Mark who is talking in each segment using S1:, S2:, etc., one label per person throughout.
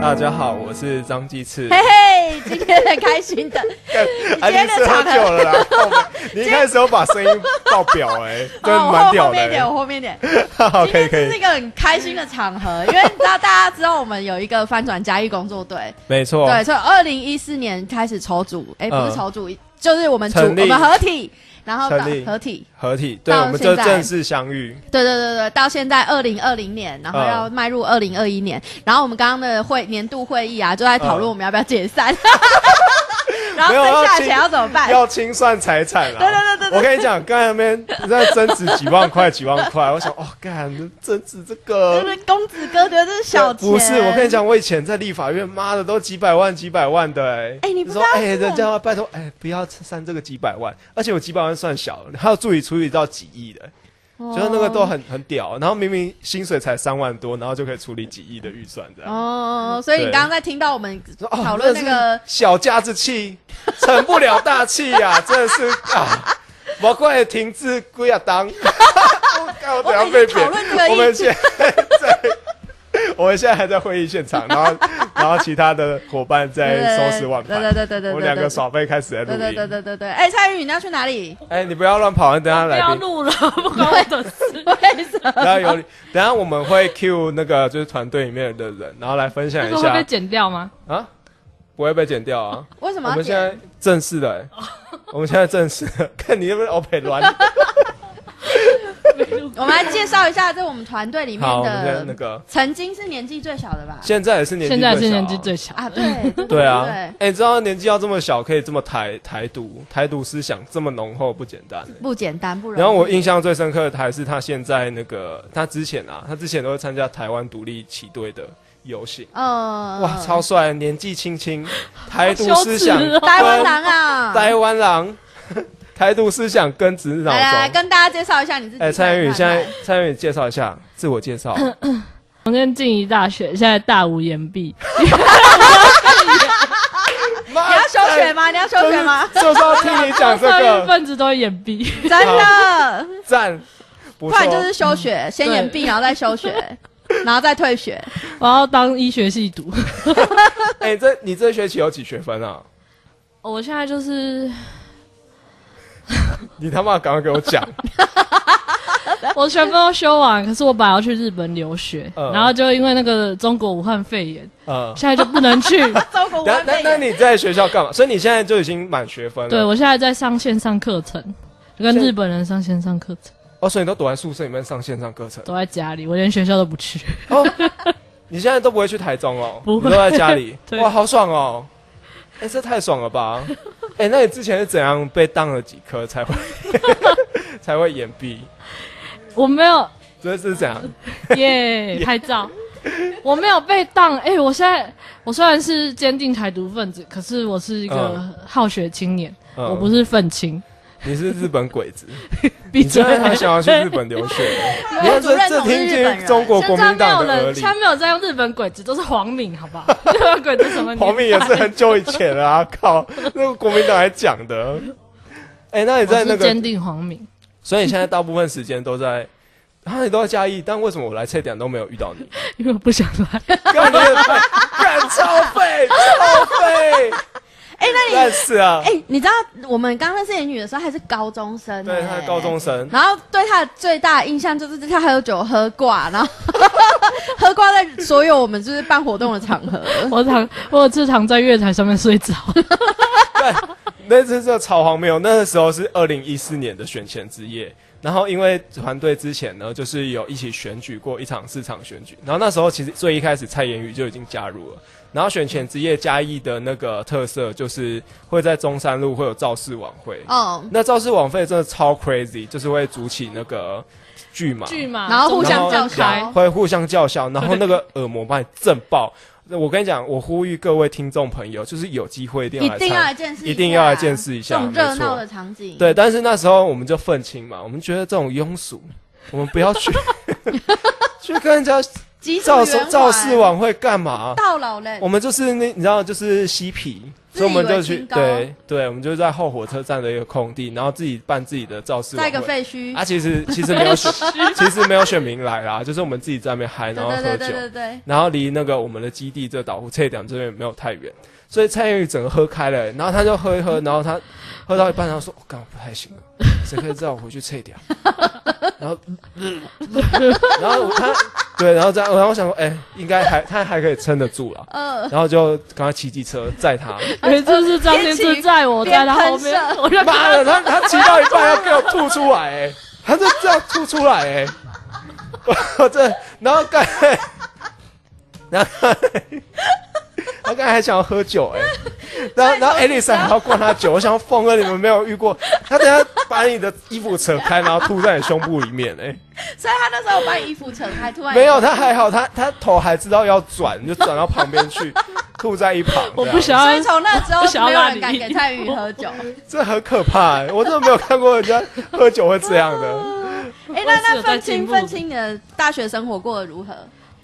S1: 大家好，我是张继次
S2: 嘿。嘿，今天很开心 的，今
S1: 安
S2: 天
S1: 利
S2: 的
S1: 是喝
S2: 场合
S1: 酒 了啦，靠北你一开始有把声音爆表哎、真的
S2: 哦
S1: 蛮
S2: 我后
S1: 屌
S2: 面一点，
S1: 的、
S2: 我后面一点。
S1: 哈哈，
S2: 今
S1: 可以
S2: 天
S1: 可
S2: 这是一
S1: 以，
S2: 个很开心的场合，因为你知道大家知道我们有一个翻转嘉义工作 队，
S1: 没错，
S2: 对，从二零一四年开始筹组，哎，不
S1: 哦嗯
S2: 是筹组，就是我们组
S1: 成立
S2: 我们合体，然后
S1: 成立
S2: 合体，
S1: 合体，对，
S2: 到
S1: 我们就
S2: 现在
S1: 正式相遇，
S2: 对对对对，到现在二零二零年，然后
S1: 嗯
S2: 要迈入二零二一年，然后我们刚刚的会年度会议啊，就在讨论
S1: 嗯
S2: 我们要不要解散， 然后
S1: 没有
S2: 剩
S1: 要
S2: 下的
S1: 清
S2: 钱要怎么办？
S1: 要清算财产啦。
S2: 哎对对对对对
S1: 我跟你讲，刚才那边在争执几万块、几万块， 我想，哦，干，争执这
S2: 就
S1: 个
S2: 是公子哥觉得这是小钱，
S1: 不是，我跟你，讲，我以前在立法院，妈的，都几百万、几百万的、哎、
S2: 哎你不知
S1: 就说
S2: 道，
S1: 哎、
S2: 这种
S1: 人家拜托，哎、不要删这个几百万，而且我几百万算小，还有助理处理到几亿的、觉得那个都
S2: 哦
S1: 很很屌，然后明明薪水才三万多，然后就可以处理几亿的预算这样。
S2: 哦，所以你
S1: 对
S2: 刚刚在听到我们
S1: 说哦
S2: 讨论那
S1: 真的
S2: 个
S1: 是小家子气，成不了大器呀、真的是啊！我快停滞归啊当，我靠，我等下被
S2: 我们已经讨论这个
S1: 扁。
S2: 议
S1: 我们现在在，我们现在还在会议现场，然后然后其他的伙伴在收拾碗
S2: 对
S1: 盘
S2: 对，对对对对，
S1: 我们两个耍废开始在录
S2: 对对对
S1: 音。
S2: 对对对。哎，蔡宇，你要去哪里？
S1: 哎，你不要乱跑，你等下
S3: 不
S1: 来
S3: 要
S1: 宾，
S3: 录了， 不关我的事。
S2: 为什
S3: 啊
S2: 么？
S1: 等下有，等下我们会 Q 那个就是团队里面的人，然后来分享
S3: 这
S1: 一
S3: 个 会
S1: 下
S3: 被剪掉吗？
S1: 啊，不会被剪掉 啊。
S2: 为什么
S1: 我
S2: 要
S1: 们现
S2: 点？
S1: 在正式的、欸，我们现在正式的， 看你是不是 OK 乱。
S2: 我们来介绍一下，这我们团队里
S1: 好，
S2: 面
S1: 我们现在那
S2: 的，
S1: 个，
S2: 曾经是年纪最小的吧？
S1: 现在也是年纪、
S3: 现在是年纪。最小，
S2: 啊，对
S1: 对啊，哎
S2: 对、
S1: 你知道年纪要这么小，可以这么台台独，台独思想这么浓厚，不简单欸、
S2: 不简单，不容易。
S1: 然后我印象最深刻的还是他现在那个，他之前啊，他之前都会参加台湾独立旗队的游行，
S2: 呃，
S1: 哇，超帅，年纪轻 轻，台独思想
S3: 嗯好羞耻哦，
S2: 台湾狼啊，
S1: 台湾 狼，台独思想根植脑中。
S2: 来来来，跟大家介绍一下你自己。
S1: 哎，蔡元宇，
S2: 来
S1: 现在
S2: 来
S1: 蔡元宇介绍一下自我 介绍。
S3: 我跟静怡大学，现在大五研毕，
S1: 你要
S2: 你要休学？吗？你要休学吗？
S1: 就是要听你讲这
S3: 社运
S1: 个
S3: 分子都研毕。
S2: 真的，
S1: 赞，不
S2: 不
S1: 错
S2: 然，就是休学，先
S3: 对
S2: 延毕，然后再休学，然后再退学。
S3: 我要当医学系读。
S1: 哎，这你这学期有几学分啊？
S3: 我现在就是，
S1: 你他妈赶快给 我讲，
S3: 我全部都修完，可是我本来要去日本留学，
S1: 嗯
S3: 然后就因为那个中国武汉肺炎，
S1: 呃，
S3: 现在就不能 去。
S2: 中国武
S1: 那
S2: 汉
S1: 那
S2: 肺
S1: 那
S2: 炎
S1: 你在学校干嘛？所以你现在就已经满学分了。
S3: 对，我现在在上线上课程，就跟日本人上线上课程，
S1: 哦，所以你都躲在宿舍里面上线上课程。
S3: 都在家里，我连学校都不去。
S1: 哦，你现在都不会去台中哦，
S3: 不会
S1: 你都在家里，
S3: 对
S1: 哇，好爽哦！哎、这太爽了吧！哎、那你之前是怎样被当了几颗才 会才会眼闭？
S3: 我没有，
S1: 这是怎样？
S3: 耶、拍照。我没有被当，哎、我现在我虽然是坚定台独分子，可是我是一个
S1: 嗯
S3: 好学青年，
S1: 嗯
S3: 我不，是愤青。
S1: 你是日本鬼子， 你
S3: 闭嘴
S1: 真！的还想要去日本留 学？你看
S2: 我主
S1: 这
S2: 任
S1: 这
S2: 总是
S1: 听
S2: 日本
S1: 进
S2: 人
S1: 中国国
S3: 现在
S1: 民
S3: 没有
S1: 党的耳
S3: 人，
S1: 里
S3: 现，在没有在用日本鬼子，都是黄敏，好不 好？日本鬼子什么年代？
S1: 黄明也是很久以前了啊！ 靠，那个国民党还讲的。哎、那你
S3: 我
S1: 在那
S3: 是
S1: 个
S3: 坚，定黄敏，
S1: 所以你现在大部分时间都在，啊，你都在嘉义，但为什么我来这点都没有遇到你？
S3: 因为我不想来。
S1: 干你很废，干超废，超废，
S2: 哎，那你
S1: 烂死啊！
S2: 哎，你知道我们刚认识言语的时候，还是高中生，欸
S1: 对，他是高中。生，
S2: 然后对他的最大的印象就是他喝酒喝挂，然后 喝挂在所有我们就是办活动的场合。
S3: 我躺，我有次躺在月台上面睡着。
S1: 那次这超荒谬。那个时候是二零一四年的选前之夜，然后因为团队之前呢，就是有一起选举过一场市场选举，然后那时候其实最一开始蔡妍宇就已经加入了。然后选前之夜嘉义的那个特色就是会在中山路会有造势晚会，
S2: 哦，
S1: 那造势晚会真的超 crazy，就是会组起那个剧嘛，
S3: 剧嘛，
S2: 然后互相
S3: 然后
S2: 叫嚣
S1: 会互相叫嚣，然后那 个耳膜把你震爆。那我跟你讲，我呼吁各位听众朋友，就是有机会一定
S2: 一
S1: 要来参，
S2: 定要来见识，
S1: 一定要来见识一
S2: 这
S1: 下，
S2: 种
S1: 没
S2: 热闹
S1: 错
S2: 的。场景。
S1: 对，但是那时候我们 就愤青嘛，我们觉得这种庸俗，我们不要去去跟人家
S2: 集体
S1: 造
S2: 圆
S1: 势
S2: 环
S1: 造势晚会干嘛？
S2: 到老人
S1: 我，们就是那你知道就是嬉皮，
S2: 自
S1: 所以我们
S2: 以为
S1: 就去
S2: 清高
S1: 对对，我们就在后火车站的一个空地，然后自己办自己的造势晚
S2: 在
S1: 会。
S2: 一个废墟
S1: 啊，，其实其实没有选， 其实没有选民来啦，就是我们自己在那边嗨，
S2: 对
S1: 然后喝酒。
S2: 对对对对对，
S1: 然后离那个我们的基地这个岛湖翠点这边也没有太远，所以蔡元宇整个喝开了、然后他就喝一喝，然后他喝到一半，他说：“我、刚不太行了，谁可以载我回去翠点？” 然后，然后他对，然后这样，然后我想说，哎、应该还他还可以撑得住啦。
S2: 呃，
S1: 然后就赶快骑机车载他，
S3: 有一次是张天志载我在他后
S2: 边喷
S3: 面，我就
S1: 妈的，他他骑到一半要给我吐出来、哎，他就这样吐出来、哎，我我这，然后刚才，然后刚才他刚才还想要喝酒、哎，然后然后 Alice 还要灌他酒，我想要疯了，你们没有遇过，他等下把你的衣服扯开，然后吐在你胸部里面、
S3: 哎
S2: 所以他那时候把你衣服扯开，突
S1: 哎，
S2: 然
S1: 没有，他还好，他他头还知道要转，就转到旁边去，吐在一旁，
S3: 我
S1: 这
S3: 不
S1: 样
S3: 想
S2: 所
S3: 要
S2: 以，从那之后
S3: 啊不
S2: 是
S3: 想要
S2: 没有
S3: 拉
S2: 人
S3: 你
S2: 敢给蔡宇喝 酒。
S1: 这很可怕、哎我真的没有看过人家喝酒会这样的。
S2: 哎，那
S3: 我也是
S2: 那
S3: 有在
S2: 愤
S3: 进
S2: 青
S3: 步
S2: 愤青，你的大学生活过得如何？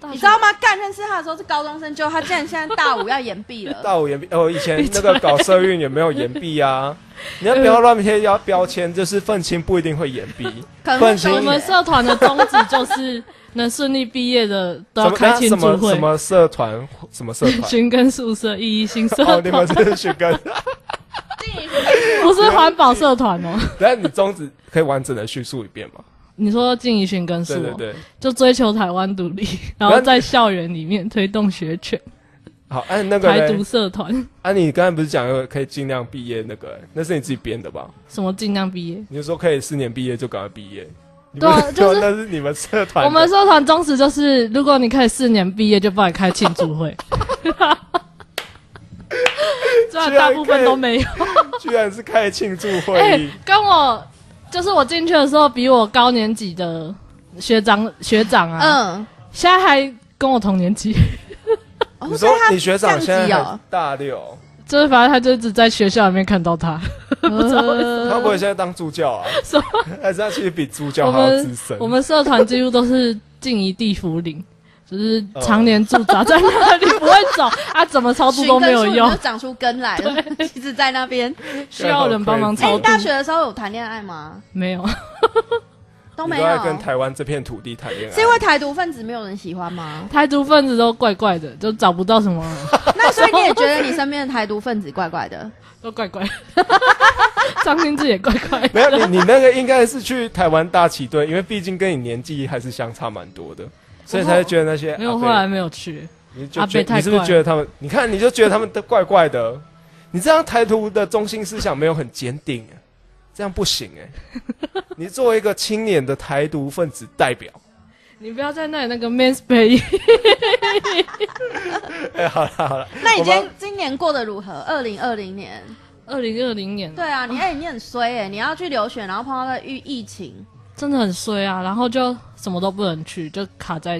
S3: 大学
S2: 你知道吗？干认识他的时候是高中生，就他竟然现在大五要延毕 了。
S1: 大五延毕哦，以前那个搞社运也没有延毕 啊。你要不要乱贴标标签？就是愤青不一定会延 毕，
S2: 可能
S1: 愤
S2: 是
S1: 青
S3: 我们社团的宗旨就是能顺利毕业的都要
S1: 什么
S3: 开庆
S1: 什
S3: 祝
S1: 么什
S3: 会，
S1: 么社团，什么社 团？
S3: 寻根宿舍、意义新社
S1: 哦，
S3: 团
S1: 你，们这是去 跟，
S3: 不是环保社团哦。
S1: 但你宗旨可以完整的叙述一遍吗？
S3: 你说静怡寻根是
S1: 对对
S3: 我，
S1: 对，
S3: 哦就追求台湾独立，然后在校园里面推动学权、
S1: 好，按、那个
S3: 台
S1: 嘞
S3: 独，社团，
S1: 按、你刚才不是讲有可以尽量毕业那个、那是你自己编的吧？
S3: 什么尽量毕业。
S1: 你就说可以四年毕业就赶快毕业，你
S3: 对啊
S1: 不
S3: 就是
S1: 那是你们社团的，
S3: 我们社团宗旨就是，如果你可以四年毕业，就帮你开庆祝 会。虽然大部分都没有。
S1: 居然是开庆祝会
S3: 哎、
S1: 议，
S3: 跟我就是我进去的时候，比我高年级的学长学长啊，
S2: 嗯，
S3: 现在还跟我同年级，
S2: 哦
S1: 你
S2: 所
S1: 说
S2: 以他
S1: 你学长
S2: 降级
S3: 啊
S1: 现在还
S2: 哦
S1: 大六，
S3: 就是反正他就一直在学校里面看到他。
S1: 他不会现在当助教啊？
S3: 嗯什么
S1: 还是他其实比助教
S3: 我
S1: 还要
S3: 们
S1: 资深？
S3: 我们社团几乎都是进一地府领。就是常年驻扎在那里不会走啊，怎么超度
S2: 寻
S3: 都
S2: 根
S3: 没有
S2: 树你
S3: 用
S2: 就，长出根来了， 一直在那边。
S3: 需要人帮忙
S2: 哎，
S3: 超
S2: 你
S3: 度。
S2: 大学的时候有谈恋爱吗？
S3: 没有，？
S2: 都
S1: 你
S2: 没
S1: 都
S2: 有
S1: 在。跟台湾这片土地谈恋爱，
S2: 是因为台独分子没有人喜欢吗
S3: 台独分子都怪怪的，就找不到什么，
S2: 那所以你也觉得你身边的台独分子怪怪的？
S3: 都怪怪。 张天志也怪怪的，
S1: 没有你，你那个应该是去台湾大旗队，因为毕竟跟你年纪还是相差蛮多的，所以才会觉得那些
S3: 没有，
S1: 阿
S3: 后
S1: 伯
S3: 来没有去。
S1: 你就
S3: 阿伯
S1: 觉得
S3: 太
S1: 你是不是
S3: 怪
S1: 觉得他们？你看你就觉得他们都怪怪的，你这样台独的中心思想没有很坚定、啊这样不行哎、 你作为一个青年的台独分子代表，
S3: 你不要在那里那个 mansplay，
S1: 哎、好了好了，
S2: 那你今
S1: 我
S2: 天
S1: 们
S2: 今年过得如何？二零二零年，
S3: 二零二
S1: 嗯
S3: 零年，
S2: 对啊，你哎、你很衰哎、你要去留学，然后碰到了疫疫情，
S3: 真的很衰啊。然后就什么都不能去，就卡在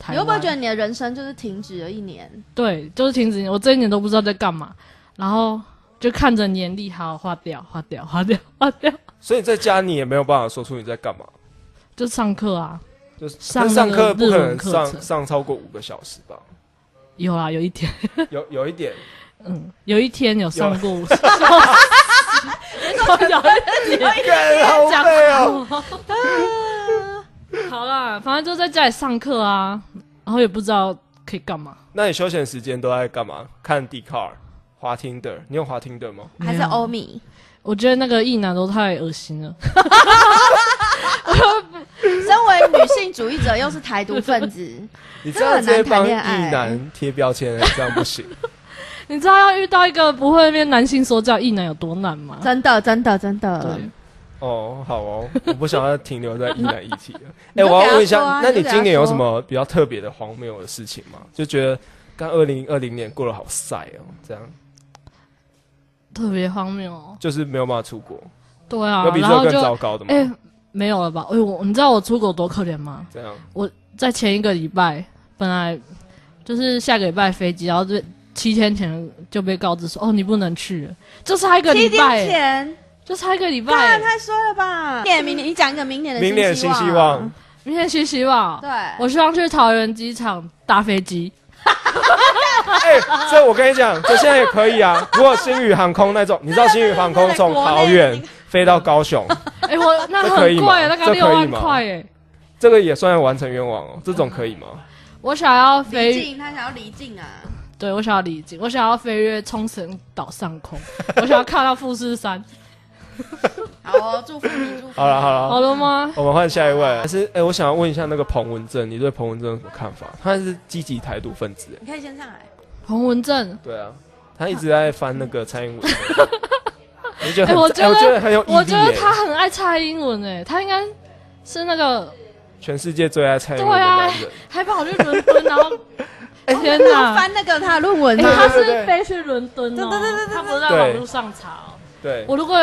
S3: 台湾。
S2: 你会不会觉得你的人生就是停止了一年？
S3: 对，就是停止。我这一年都不知道在干嘛，然后就看着年历，好花掉，花掉，花掉，花掉，
S1: 所以在家你也没有办法说出你在干嘛，
S3: 就上课啊。
S1: 就是
S3: 上
S1: 上
S3: 那个
S1: 课不可
S3: 日文
S1: 能
S3: 课
S1: 上
S3: 程
S1: 上超过五个小时 吧？
S3: 有啊，有一天，
S1: 有有一 点。
S3: 嗯，有一天有上过五
S1: 干好累哦！
S3: 好啦，反正就在家里上课啊，然后也不知道可以干嘛。
S1: 那你休闲时间都在干嘛？看 d c a r 滑 Tinder，你有滑 Tinder 吗？
S2: 还是
S3: 没有
S2: 欧米？
S3: 我觉得那个异男都太恶心了，
S2: 身为女性主义者，又是台独分 子，
S1: 你这样直接帮
S2: 这
S1: 异
S2: 很难谈恋爱
S1: 男贴标签，这样不 行。
S3: 你知道要遇到一个不会面男性说教异男有多难吗？
S2: 真的，真的，真的。
S3: 对，
S1: 哦，好哦，我不想要停留在异男议 题了。
S2: 你
S1: 哎，
S2: 就
S1: 我要问一
S2: 给他说
S1: 下
S2: 啊，
S1: 那
S2: 你就
S1: 你
S2: 给他
S1: 今年有什么比较特别的荒谬的事情吗？就觉得刚二零二零年过得好晒哦，这样
S3: 特别荒谬、哦。
S1: 就是没有办法出国，
S3: 对啊
S1: 有，比这
S3: 然
S1: 个
S3: 后
S1: 更
S3: 就
S1: 糟糕的
S3: 哎、
S1: 吗？
S3: 没有了吧？哎、我你知道我出国多可怜吗？
S1: 这样
S3: 在前一个礼拜，本来就是下个礼拜飞机，然后这七天前就被告知说，哦，你不能去了，就差一个
S2: 七
S3: 礼
S2: 天
S3: 拜、哎
S2: 前，
S3: 就差一个礼拜、
S2: 当然
S3: 哎呃
S2: 太衰了吧！明年，明年你讲一个明年的
S1: 明年新希望，
S3: 明天七夕吧，
S2: 对，
S3: 我希望去桃园机场搭飞机。
S1: 哎、这我跟你讲，这现在也可以 啊。如果星宇航空那种，你知道星宇航空从桃园飞到高 雄，
S3: 哎，我那
S1: 这可以
S3: 很
S1: 吗
S3: 贵，那个
S1: 这
S3: 六
S1: 可以
S3: 万
S1: 吗
S3: 块哎。
S1: 这个也算完成愿望哦。这种可以吗？
S3: 我想要
S2: 离
S3: 飞，
S2: 境，他想要离境啊，
S3: 对我想要离境，我想要飞越冲绳岛上空，我想要看到富士山。
S2: 好哦，祝福你，祝福你。
S1: 好了 好了，
S3: 好了吗？
S1: 我们换下一位。还是哎、我想要问一下那个彭文正，你对彭文正有什么看法？他是积极台独分子、哎
S2: 你可以先上来，
S3: 洪文正，
S1: 对啊，他一直在翻那个蔡英文。 你觉得很、
S3: 哎我
S1: 哎
S3: 觉得
S1: 我觉得很有意义、
S3: 我觉得
S1: 哎
S3: 他很爱蔡英文诶，他应该是那个
S1: 全世界最爱蔡英文的
S3: 对啊
S1: 男人。
S3: 还跑去伦敦，然 后天
S2: 他
S3: 哪！
S2: 翻那个他的论文
S1: 哎
S3: 哎，
S1: 对
S3: 他
S2: 啊，
S1: 对
S3: 是
S1: 对
S3: 飞去伦敦哦
S2: 对对对对，对
S3: 他不是在
S1: 对
S3: 网络上查哦。
S1: 对，
S3: 我如果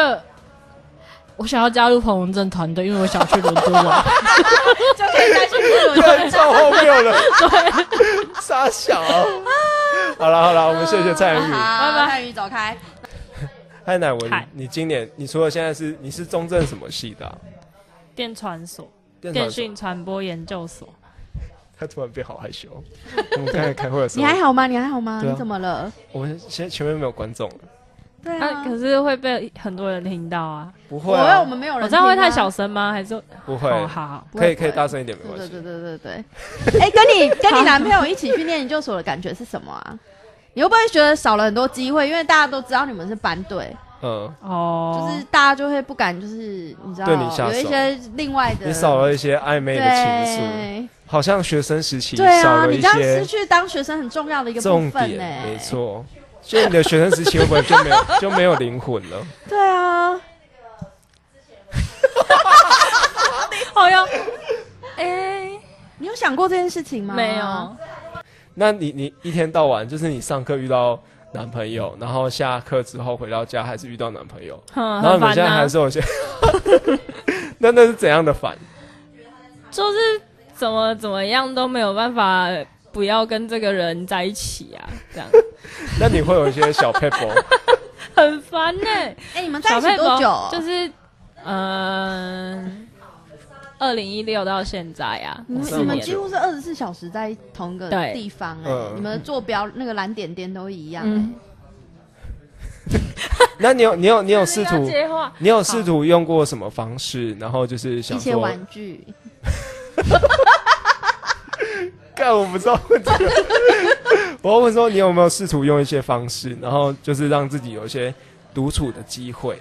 S3: 我想要加入彭文正团队，因为我想去伦 敦玩。
S2: 就可以再去论 文。
S1: 对，超荒谬了，傻小。啊 好了好了，我们谢谢蔡宇。
S2: 好，
S3: 拜拜
S2: 蔡宇走开。
S1: 嗨，乃文
S4: 嗨，
S1: 你今年你除了现在是你是中正什么系的啊？
S4: 电传所、
S1: 电传
S4: 电讯传播研究所。
S1: 他突然变好害羞。我们刚才开会的时
S2: 你
S1: 候，
S2: 还好吗？你还好吗？
S1: 对啊
S2: 你怎么了？
S1: 我们现在前面没有观众了，
S2: 对
S4: 啊，可是会被很多人听到啊！
S1: 不
S2: 我
S1: 会
S2: 我
S1: 啊，
S2: 们没有人，
S4: 我这样会太小，声吗？还是
S1: 不会，
S4: 哦，好好，
S2: 不会
S1: 可以可以
S2: 不会
S1: 大声一点没
S2: 对
S1: 关
S2: 对
S1: 系。
S2: 对对对对。哎，跟你跟你男朋友一起去念研究所的感觉是什么啊？你会不会觉得少了很多机会？因为大家都知道你们是班队，
S1: 嗯，
S4: 哦，
S2: 就是大家就会不敢，就是你知道
S1: 对你下手
S2: 有一些另外的，
S1: 你少了一些暧昧的情愫，
S2: 对
S1: 好像学生时期
S2: 对
S1: 少
S2: 啊，
S1: 了
S2: 你
S1: 一
S2: 这样失
S1: 些
S2: 去当学生很重要的一个部
S1: 重
S2: 分欸
S1: 点，
S2: 呢、
S1: 没错。所以你的学生时期会不会就没有就没有灵魂了？
S2: 对啊，
S4: 好像，哎，
S2: 你有想过这件事情吗？
S4: 没有，
S1: 那你你一天到晚就是你上课遇到男朋友，
S4: 嗯
S1: 然后下课之后回到家还是遇到男朋友，
S4: 哼
S1: 然后
S4: 很
S1: 你们
S4: 烦
S1: 现在
S4: 啊
S1: 还，是有些， 那那是怎样的烦？
S4: 就是怎么怎么样都没有办法不要跟这个人在一起啊，这样
S1: 那你会有一些小 pebble，
S4: 很烦呢。
S2: 哎、你们在
S4: 小
S2: 一起
S4: 佩
S2: 多
S4: 宝
S2: 久？
S4: 就是，嗯，二零一六到现在啊，
S2: 你们
S1: 是
S2: 你们
S1: 吗
S2: 几乎是二十四小时在同一个
S4: 对
S2: 地方哎、
S1: 嗯
S2: 你们的坐标那个蓝点点都一样、
S4: 嗯，
S1: 那你有你有你有试
S4: 要
S1: 图
S4: 接话，
S1: 你有试图用过什么方式？然后就是想
S2: 一些
S1: 说，
S2: 玩具，
S1: 干我不知道问这个， 我要问说你有没有试图用一些方式，然后就是让自己有一些独处的机会？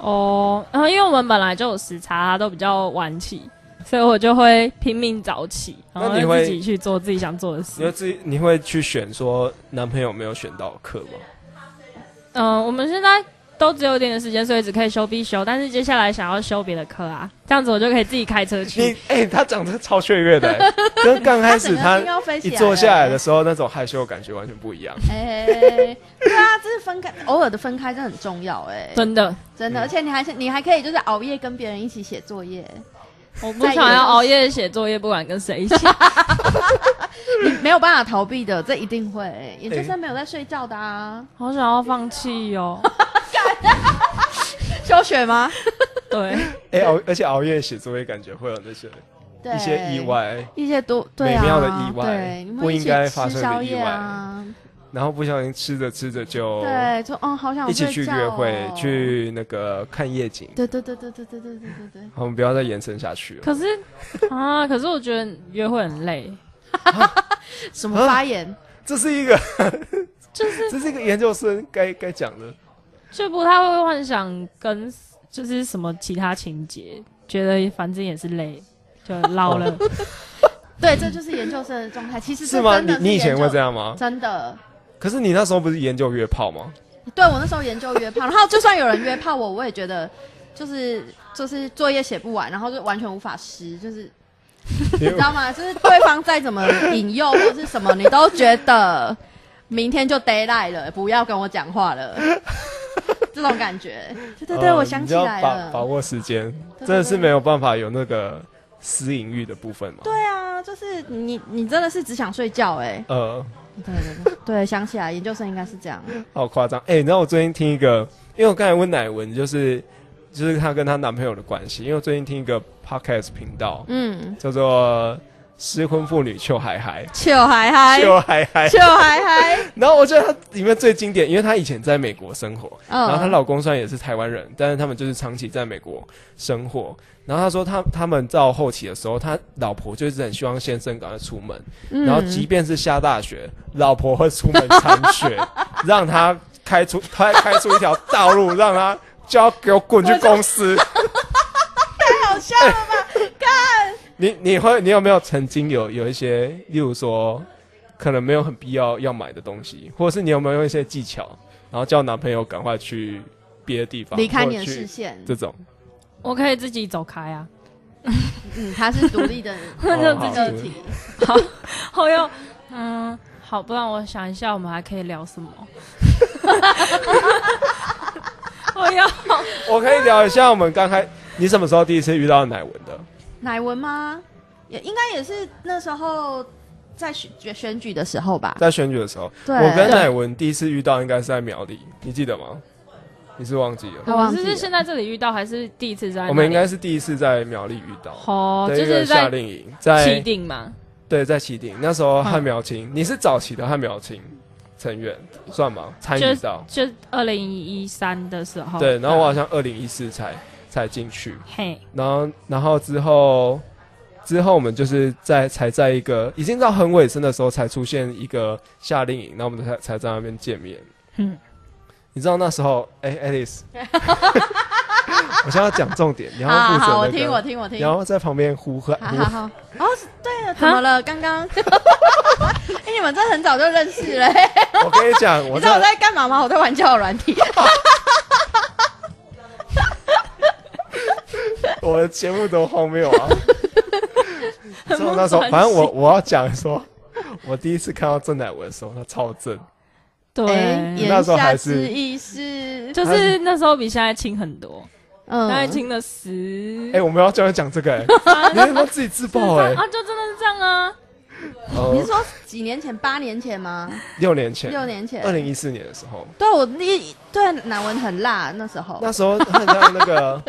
S4: 哦，然后因为我们本来就有时差，都比较晚起，所以我就会拼命早起，然
S1: 那
S4: 后
S1: 你
S4: 就
S1: 会
S4: 自己去做自己想做的
S1: 你会
S4: 事。
S1: 自己你会去选说男朋友没有选到课吗？
S4: 嗯，我们现在都只有一点点时间，所以只可以修必修，但是接下来想要修别的课啊，这样子我就可以自己开车
S1: 你
S4: 去。
S1: 哎、他长得超雀跃 的、欸，跟刚开始
S2: 整
S1: 他
S2: 个心要飞起
S1: 一
S2: 来，
S1: 坐下来的。时候那种害羞的感觉完全不一 样。
S2: 哎、对啊，这是分开，偶尔的分开真的很重要哎、
S4: 真的，
S2: 真的，
S1: 嗯
S2: 而且你还是你还可以就是熬夜跟别人一起写作业，
S4: 我不想要熬夜写作业，不管跟谁一起。
S2: 你没有办法逃避的，这一定会、研究生没有在睡觉的啊，
S4: 好想要放弃 哦。
S2: 休学吗？
S4: 对，
S1: 哎、熬而且熬夜写作业，感觉会有那些
S2: 对，
S1: 一些意，外，
S2: 一些多对、啊、
S1: 美妙的意外
S2: 对，你们
S1: 不
S2: 一
S1: 应
S2: 起
S1: 该
S2: 吃
S1: 发生的
S2: 宵
S1: 意
S2: 夜
S1: 外
S2: 啊。
S1: 然后不小心吃着吃着就
S2: 对，就哦，好想
S1: 一起
S2: 睡
S1: 去
S2: 觉
S1: 约会，
S2: 哦。
S1: 去那个看夜景。
S2: 对对对对对对对对对对。
S1: 好，我们不要再延伸下去了。
S4: 可是啊，可是我觉得约会很累，
S2: 什么发言？
S1: 这是 一个，
S4: 就是
S1: 这是一个研究生该该讲的。
S4: 就不太会幻想跟就是什么其他情节，觉得反正也是累，就老了。
S1: 哦
S2: 对，这就是研究生的状态。其实这
S1: 是吗？
S2: 真
S1: 你
S2: 的
S1: 你以前会这
S2: 样？
S1: 样吗？
S2: 真的，
S1: 可是你那时候不是研究约 炮吗？
S2: 对我那时候研究约炮，然后就算有人约炮我，我也觉得就是就是作业写不完，然后就完全无法施，就是
S1: 你
S2: 你知道吗？就是对方再怎么引诱或是什么，你都觉得明天就 d a y l i g h t 了，不要跟我讲话 了，这种感觉。对对对，
S1: 呃
S2: 我想
S1: 你
S2: 起
S1: 就要
S2: 来
S1: 把把
S2: 了。
S1: 握时间，
S2: 对
S1: 真的是
S2: 对
S1: 没有办法有那个私隐欲的部分嘛。
S2: 对啊，就是你，你真的是只想睡觉哎、
S1: 呃，
S2: 对对对，对，想起来，研究生应该是这样。
S1: 好夸张。哎、你知道我最近听一个，因为我刚才问乃文，就是就是她跟她男朋友的关系，因为我最近听一个 podcast 频道
S2: 嗯，
S1: 叫做《失婚妇女邱海海
S2: 糗嗨》， 嗨，
S1: 邱海海。
S2: 糗嗨嗨，
S1: 然后我觉得她里面最经典，因为她以前在美国生活，
S2: 嗯，
S1: 然后她老公虽然也是台湾人，但是他们就是长期在美国生活。然后她说她他们到后期的时候，她老婆就一直很希望先生赶快出门，
S2: 嗯
S1: 然后即便是下大雪，老婆会出门铲雪，让她开出开开出一条道路，让她就要给我滚去 公司。
S2: 好笑了吧？
S1: 你你会你有没有曾经有有一些，例如说，可能没有很必要要买的东西，或者是你有没有用一些技巧，然后叫男朋友赶快去别的地方
S2: 离开
S1: 或
S2: 你
S1: 者
S2: 的
S1: 去
S2: 视线，
S1: 这种？
S4: 我可以自己走开啊，
S2: 嗯，他是独立的
S1: 哦 好
S2: 个体，
S4: 好哟，嗯，好，不然我想一下，我们还可以聊什么？我要
S1: 我可以聊一下我们刚开，你什么时候第一次遇到乃文的？
S2: 乃文吗？也应该也是那时候在选选举的时候吧。
S1: 在选举的时候，
S2: 对
S1: 我跟乃文第一次遇到应该是在苗栗，你记得吗？你是忘记了？
S2: 我忘记
S4: 是
S2: 了
S4: 是现在这里遇到，还是第一次在那里？
S1: 我们应该是第一次在苗栗遇到，
S4: 哦，
S1: 在
S4: 就
S1: 一个
S4: 是
S1: 夏
S4: 在
S1: 令营，
S4: 七
S1: 在
S4: 定嘛。
S1: 对在旗顶，那时候
S4: 嗯
S1: 汉苗青，你是早期的汉苗青成员算吗？参与到
S4: 就哦二零一三的时候。
S1: 对，然后我好像二零一四才才进去，
S4: 嘿，
S1: 然后然后之后之后我们就是在才在一个已经到很尾声的时候才出现一个夏令营，那我们才才在那边见面。
S4: 嗯
S1: 你知道那时候，哎、a l i c e 我现在要讲重点，你要
S2: 好
S1: 负责、那
S2: 好，
S1: 个、
S2: 我听我听我听。
S1: 然后在旁边呼喊
S2: 好
S1: 呼
S2: 好好，哦，是对了，怎么了？刚刚， 哎，你们这很早就认识了，嘿
S1: 我跟你 讲，
S2: 你
S1: 我
S2: 知道我
S1: 在
S2: 在干嘛吗？我在玩交友软体。
S1: 我的节目多荒谬 啊！你知道那时候，反正我我要讲说，我第一次看到郑乃文的时候，他超 正，
S2: 哎
S4: 对，
S1: 那
S2: 言
S1: 时候
S2: 下
S1: 还是
S2: 之意是，
S4: 就是那时候比现在轻很多，
S2: 嗯
S4: 大概轻了十
S1: 哎、。我们要叫人讲这 个、哎，你他妈自己自爆哎、
S4: 啊，就真的是这样啊！
S1: 哦
S2: 你是说几年前？八年前吗？
S1: 六年前，
S2: 六年前？
S1: 二零一四年的时候，
S2: 对我一对奶文很辣那时候，
S1: 那 时候很像那个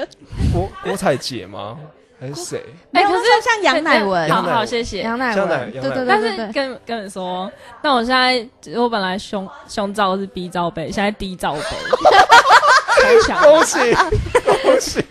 S1: 郭 郭采洁吗？还是谁？
S2: 没有
S4: 哎可
S2: 那
S4: 是
S2: 时候像杨乃文，
S4: 好
S1: 杨乃
S4: 好，
S1: 文
S4: 谢谢。
S2: 杨乃
S1: 像奶
S2: 文，对
S1: 杨
S2: 对对，
S1: 乃文
S4: 但
S2: 对
S4: 是
S2: 对
S4: 跟跟你说，但我现在我本来胸胸罩是 B 罩杯，现在 D 罩杯， 超强。
S1: 恭喜恭喜！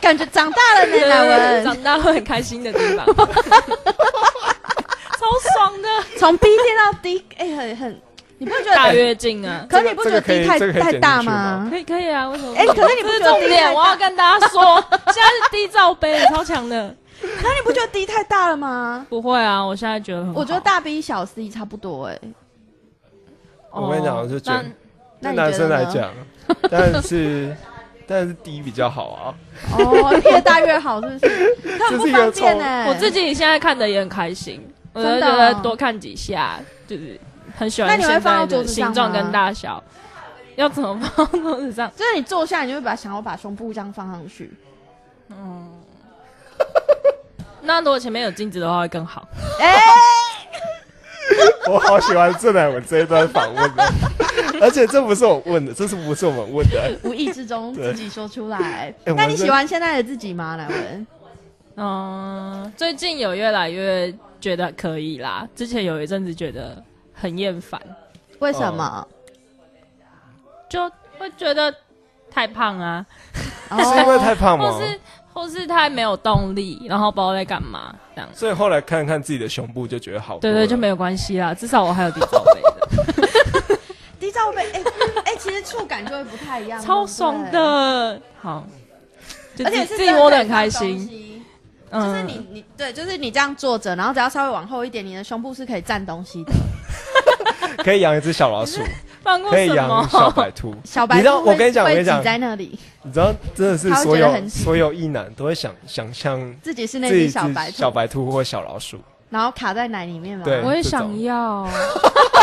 S2: 感觉长大了呢，
S4: 对
S2: 乃文
S4: 长大会很开心的地 方，超爽的，
S2: 从 B 店到 D，哎，很很，你不会觉得
S4: 大跃进啊！
S2: 可是你不觉得
S1: 这个
S2: D
S1: 可以
S2: 太
S1: 这个可以
S2: 太
S1: 剪
S2: 大
S1: 进去
S2: 吗
S1: 吗？
S4: 可以可以啊，为什么？
S2: 哎，可是你
S4: 这
S2: 不
S4: 是
S2: 觉得
S4: 重
S2: D
S4: 点，
S2: 太
S4: 我要
S2: 大，
S4: 跟大家说，现在是低罩杯，超强的。
S2: 可是你不觉得 D 太大了吗？
S4: 不会啊，我现在觉得很好。
S2: 我觉得大 B 小 C 差不多哎，
S4: 哦，
S1: 我跟你讲我就觉得
S4: 那
S2: 那你觉得
S1: 对男生来
S2: 呢
S1: 讲，但是但是低比较好啊。
S2: 哦， 越大越好，是不 是？他很
S1: 这
S2: 不
S1: 是一个
S2: 方便
S1: 从
S2: 哎，
S4: 我自。己现在看的也很开心，我就
S2: 真的
S4: 觉
S2: 哦
S4: 得多看几下，就是很喜
S2: 那
S4: 欢
S2: 你会
S4: 现
S2: 放到
S4: 在
S2: 桌
S4: 的
S2: 子上
S4: 形状
S2: 吗
S4: 跟大小。要怎么放到桌子上？
S2: 就是你坐下，你就会把想要把胸部这样放上 去。嗯
S4: 那如果前面有镜子的话会更好。
S2: 哎、
S1: 我好喜欢郑乃文这一段访问的，而且这不是我问的，这是不是我们问的？
S2: 无意之中
S1: 对
S2: 自己说出来。
S1: 哎我
S2: 那
S1: 们
S2: 你
S1: 这
S2: 喜欢现在的自己吗，乃文？
S4: 嗯，最近有越来越觉得可以啦，之前有一阵子觉得很厌烦，
S2: 为什么？
S4: 就会觉得太胖啊，
S2: 哦
S1: 哦 是因为太胖吗
S4: 或？是或是太没有动力，然后不知道在干嘛这样。
S1: 所以后来看看自己的胸部就觉得好多
S4: 对
S1: 了。
S4: 对，就没有关系啦，至少我还有底罩杯的，
S2: 低罩杯，哎、哎、其实触感就会不太一样，
S4: 超爽
S2: 对不
S4: 的。好，就
S2: 对，而且是
S4: 自自
S2: 真
S4: 己
S2: 的
S4: 摸得很
S2: 可
S4: 开
S2: 以放东
S4: 心。
S2: 西。就
S4: 嗯
S2: 是你，你对，就是你这样坐着，然后只要稍微往后一点，你的胸部是可以站东西 的。
S1: 可以养一只小老鼠，
S4: 放过
S1: 可以
S4: 什
S1: 养小
S4: 么？
S1: 白兔。
S2: 小白
S1: 你知道
S2: 兔会
S1: 我跟你讲我
S2: 会
S1: 跟你讲
S2: 挤在那里，
S1: 你知道，真的是
S2: 他会
S1: 所
S2: 觉得
S1: 有
S2: 很喜
S1: 所有异男都会想 想象
S2: 自己是那
S1: 自
S2: 只
S1: 己是
S2: 小白兔，
S1: 小白兔或小老鼠。
S2: 然后卡在奶里面嘛。
S1: 对
S4: 我也
S1: 这种
S4: 想要，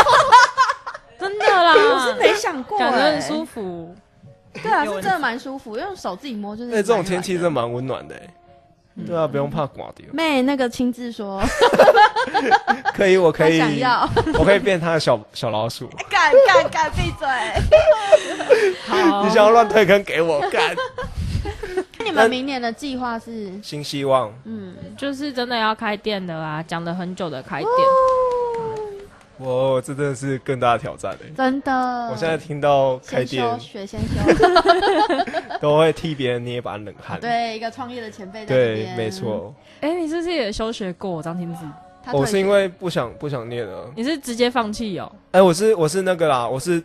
S4: 真的啦，
S2: 我是没想过、
S4: 感觉
S2: 哎
S4: 很舒服。
S2: 对啊，是真的蛮舒服，用手自己摸就是。
S1: 哎，这种天气真的
S2: 么
S1: 蛮温暖的欸，
S2: 嗯
S1: 对啊，不用怕刮掉。
S2: 妹那个亲自 说，
S1: 可以，我可
S2: 她
S1: 以，
S2: 想要，
S1: 我可以变他的小小老鼠。
S2: 干干 干，闭嘴！
S4: 好
S2: 哦
S1: 你，想要乱推坑给我干？
S2: 你
S1: 那
S2: 们明年的计划是？
S1: 新希望，
S2: 嗯，
S4: 就是真的要开店的啦，讲了很久的开店，
S2: 哦
S1: 哇，这真的是更大的挑战哎、
S2: 真的。
S1: 我现在听到开
S2: 嗯先休
S1: 店
S2: 学先 休，
S1: 都会替别人捏一把冷汗。
S2: 对一个创业的前辈在这
S1: 对，
S2: 边
S1: 没。错，
S4: 哎、你是不是也休学过张天志？
S2: 他
S1: 我
S2: 退
S1: 是因
S2: 学
S1: 为不想不想啊念了。
S4: 你是直接放弃哦？
S1: 哎、我是我是那个啦，我是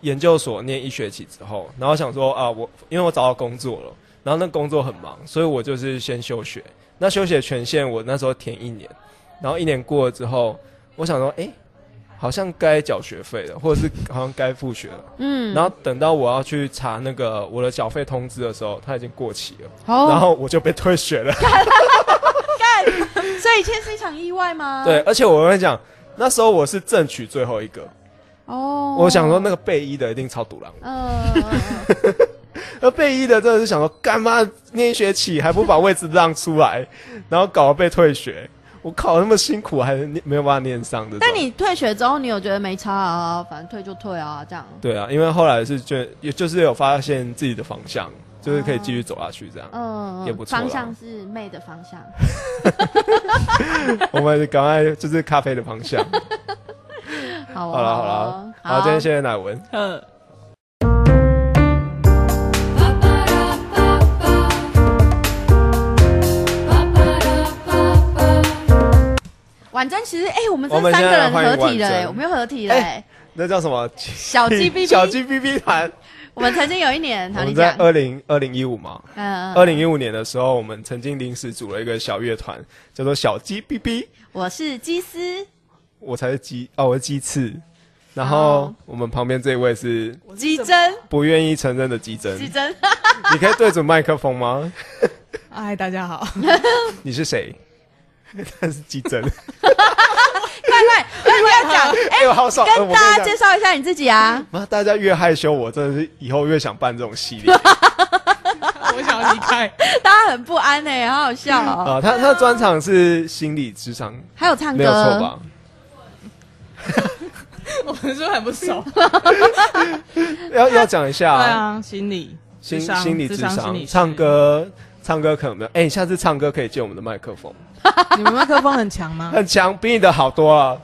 S1: 研究所念一学期之后，然后想说啊，我因为我找到工作了，然后那工作很忙，所以我就是先休学。那休学权限我那时候填一年，然后一年过了之后，我想说，哎、好像该缴学费了，或者是好像该付学了。
S2: 嗯，
S1: 然后等到我要去查那个我的缴费通知的时候，它已经过期了，然
S2: 哦，
S1: 后我就被退学了。
S2: 所以这是一场意外吗？
S1: 对，，而且我跟你讲，那时候我是正取最后一个，
S2: 哦，
S1: 我想说那个备一的一定超堵狼。
S2: 呃，
S1: 那被一的真的是想说，干嘛念一学期还不把位置让出来，然后搞得被退学。我考那么辛苦，还是念没有办法念上的。
S2: 但你退学之后，你有觉得没差啊？反正退就退啊，这样。
S1: 对啊，因为后来是觉，也就是有发现自己的方向，就是可以继续走下去这样。
S2: 嗯，
S1: 也不错啦
S2: 方向是妹的方向。
S1: 我们赶快就是咖啡的方向。
S2: 好哦，
S1: 好了好了
S2: 了，，
S1: 好，今天谢谢乃文。
S4: 呃，
S2: 婉珍，其实哎、我们这
S1: 我们
S2: 三
S1: 现
S2: 个
S1: 在来
S2: 人
S1: 欢迎
S2: 合体了、
S1: 婉
S2: 哎，
S1: 珍
S2: 我们又合体了、哎、
S1: 那叫什么？
S2: 小 鸡 B B，
S1: 小鸡 B B 团。
S2: 我们曾经有一年，
S1: 我
S2: 好，你
S1: 们在
S2: 讲，
S1: 二零二零一五嘛，
S2: 嗯，
S1: 二零一五年的时候，我们曾经临时组了一个小乐团，叫做小鸡 B B。
S2: 我是基斯，
S1: 我才是鸡哦，我是鸡翅。然后
S2: 哦
S1: 我们旁边这一位是
S2: 基珍，
S1: 不愿意承认的鸡胗，
S2: 基珍，
S1: 你可以对准麦克风吗？
S3: 嗨，大家 好，
S1: 你是谁？ 他是 鸡胗，
S2: 快快，你要讲，
S1: 哎呦，好爽！ 呃
S2: 跟
S1: 我
S2: 大
S1: 跟
S2: 家
S1: 你
S2: 介
S1: 讲，
S2: 绍一下你自己啊。
S1: 妈，大家越害羞，我真的是以后越想办这种系 列啊、
S3: 我想要离开。
S2: 大家很不安哎、好好笑哦。
S1: 啊他他的专长是心理智商，
S2: 还有唱歌，
S1: 呃没有错吧？
S3: 我们是不是很不熟？
S1: 要要讲一下
S3: 对
S1: 啊，
S3: 啊，心理
S1: 心
S3: 智商
S1: 心理智
S3: 智商心
S1: 商，
S3: 理师
S1: 唱歌唱歌可能没有。哎、你下次唱歌可以借我们的麦克风，
S3: 你们麦克风很强吗？
S1: 很强，比你的好多了。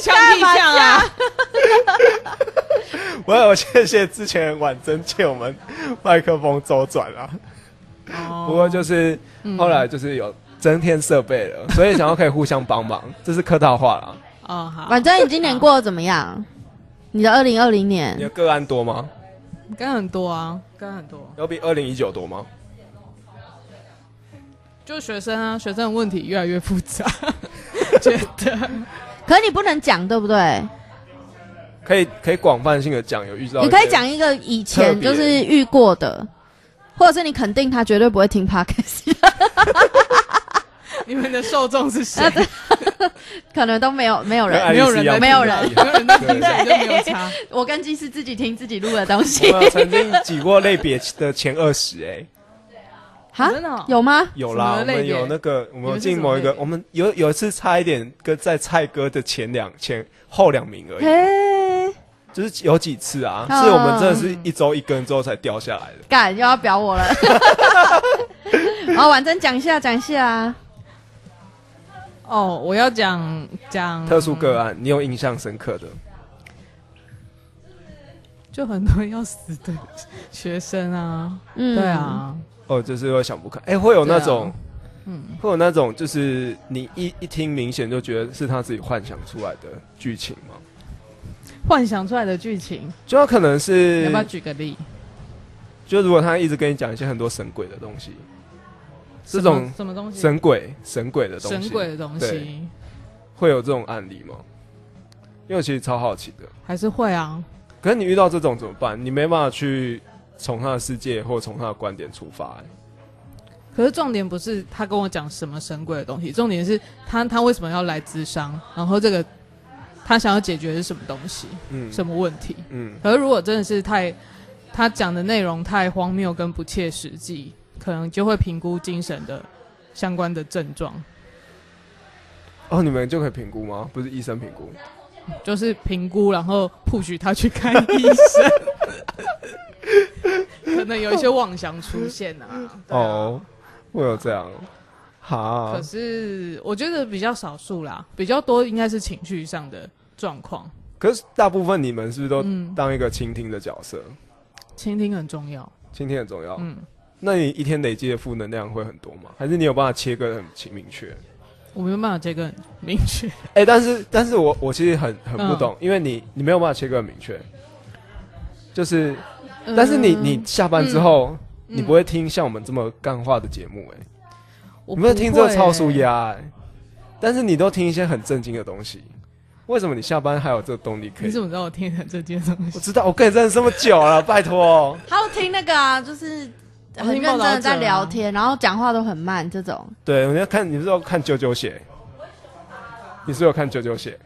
S3: 强力项啊！
S1: 我有谢谢之前婉珍借我们麦克风周转啊，
S3: 哦嗯
S1: 不过就是后来就是有增添设备了，所以想要可以互相帮忙，
S3: 嗯
S1: 这是客套话啦。
S3: 哦好，
S2: 婉珍，你今年过得怎么样？你的二零二零年
S1: 你的个案多吗？
S3: 跟很多啊，跟很多，
S1: 有比二零一九多吗？
S3: 就学生啊，学生的问题越来越复杂，觉得
S2: 可你不能讲，对不对？
S1: 可以可以广泛性的讲，有遇到
S2: 你
S1: 一些
S2: 可以讲一个以
S1: 特
S2: 前
S1: 别
S2: 就是遇过的，或者是你肯定他绝对不会听 podcast，
S3: 你们的受众是谁？
S2: 可能都没有没有
S1: 跟爱
S2: 人。
S1: 丽
S3: 没有
S1: 丝一
S3: 人
S1: 样
S3: 在
S2: 没有人
S3: 没有人在听，所
S1: 对
S3: 以就没有差。
S2: 我跟鸡是自己听自己录的东
S1: 我
S2: 西，
S1: 们有曾经挤过类别的前二十，哎，
S2: 哈，
S3: 真的哦
S2: 啊有吗？
S1: 有啦，我
S3: 什么类
S1: 们
S3: 别
S1: 有那个，我们有
S3: 们是
S1: 进
S3: 什
S1: 某
S3: 么
S1: 一个
S3: 类，别
S1: 我们有有一次差一点跟在蔡哥的前两前后两名而已，
S2: 嘿，
S1: 就是有几次啊，
S2: 嗯
S1: 是我们真的是一周一根之后才掉下来的。
S2: 干又要表 我了。好，婉珍讲一下，讲一下啊。
S3: 哦，我要讲讲
S1: 特殊个案，你有印象深刻的？
S3: 就很多要死的学生啊，
S2: 嗯
S3: 对，啊，
S1: 哦，就是会想不开，哎、会有那种，
S3: 嗯
S1: 会有那种，就是你一一听明显就觉得是他自己幻想出来的剧情吗？
S3: 幻想出来的剧情，
S1: 就他可能
S3: 要
S1: 是
S3: 不，要举个例？
S1: 就如果他一直跟你讲一些很多神鬼的东西，这种
S3: 什么什么东西？
S1: 神鬼神鬼的东西，
S3: 神鬼的东
S1: 对
S3: 西
S1: 会有这种案例吗？因为我其实超好奇的，
S3: 还是会啊，
S1: 可是你遇到这种怎么办？你没办法去从他的世界或从他的观点出发、哎
S3: 可是重点不是他跟我讲什么神鬼的东西，重点是他他为什么要来咨商，然后这个他想要解决的是什么东西，
S1: 嗯
S3: 什么问题。
S1: 嗯，
S3: 可是如果真的是太他讲的内容太荒谬跟不切实际，可能就会评估精神的相关的症状，
S1: 哦，你们就可以评估吗？不是医生评估，
S3: 就是评估然后 push 他去看医生。可可能有一些妄想出现啊。对啊
S1: 哦，会有这样，哈
S3: 可，是我觉得比较少数啦，比较多应该是情绪上的状况。
S1: 可是大部分你们是不是都
S3: 嗯
S1: 当一个倾听的角色？
S3: 倾听很重要，
S1: 倾听很重要。
S3: 嗯，
S1: 那你一天累积的负能量会很多吗？还是你有办法切割的很清明确？
S3: 我没有办法这个很明确。
S1: 哎、但是但是我我其实很很不
S3: 嗯
S1: 懂，因为你你没有办法切割很明确，就是但是你你下班之后，
S3: 嗯
S1: 你不会听像我们这么干话的节目哎、
S3: 我
S1: 你
S3: 欸
S1: 不会听这个超
S3: 舒
S1: 舒压哎，但是你都听一些很震惊的东西，为什么你下班还有这个动力可
S3: 你
S1: 以
S3: 怎？么知道我听了这件东
S1: 我
S3: 西？
S1: 知道，我跟你认识这么久了， 拜托。
S2: 还有听那个啊，就是很认真的在聊天，然后讲话都很慢这种。
S1: 对，我要看你是要看九九写，你是有看九九写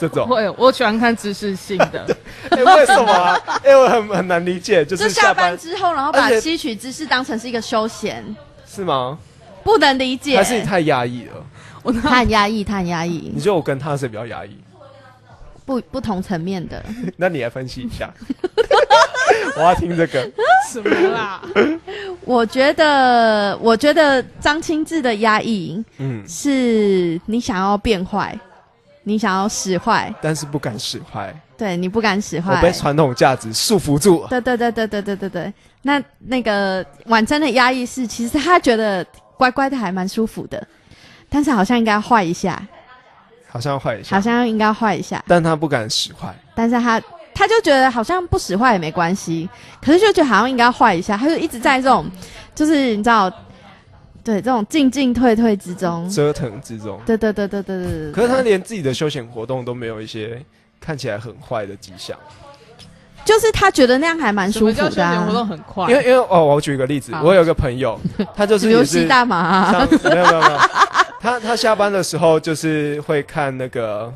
S1: 这种？
S3: 会，我喜欢看知识性 的，
S1: 哎、为什么 啊？哎、我很很难理解，就是
S2: 就下
S1: 下
S2: 班
S1: 班
S2: 之后，然后把
S1: 而且
S2: 吸取知识当成是一个休闲，
S1: 是吗？
S2: 不能理解。
S1: 还是你太压抑了？
S3: 我
S2: 他
S3: 那
S2: 很压抑，他很压抑
S1: 你，觉得我跟他谁比较压抑？
S2: 不不同层面的。
S1: 那你来分析一 下， 我要听这个。
S3: 什么啦？
S2: 我觉得，我觉得张清志的压抑
S1: 嗯，
S2: 是你想要变坏，你想要使坏，
S1: 但是不敢使坏，
S2: 对你不敢使
S1: 我
S2: 坏。
S1: 被传统价值束缚住了。
S2: 对对对对对对对对。那那个婉珍的压抑是，其实她觉得乖乖的还蛮舒服的，但是好像应该坏一下，
S1: 好像要坏一下，
S2: 好像应该坏一下，
S1: 但他不敢使坏。
S2: 但是她她就觉得好像不使坏也没关系，可是就觉得好像应该坏一下，她就一直在这种，就是你知道，对这种进进退退之中，
S1: 折腾之中，
S2: 对对对对对对对。对
S1: 可是他连自己的休闲活动都没有一些看起来很坏的迹象。
S2: 就是她觉得那样还 蛮
S3: 什
S2: 舒
S3: 么
S2: 服
S3: 叫
S2: 的、
S3: 休闲活
S2: 啊，
S3: 动很快？
S1: 因为因为哦，我举一个例子，
S3: 好
S1: 我有一个朋友，他就是
S2: 比如
S1: 也是
S2: 吸大麻、啊，
S1: 上没有没有没有，他他下班的时候就是会看那个，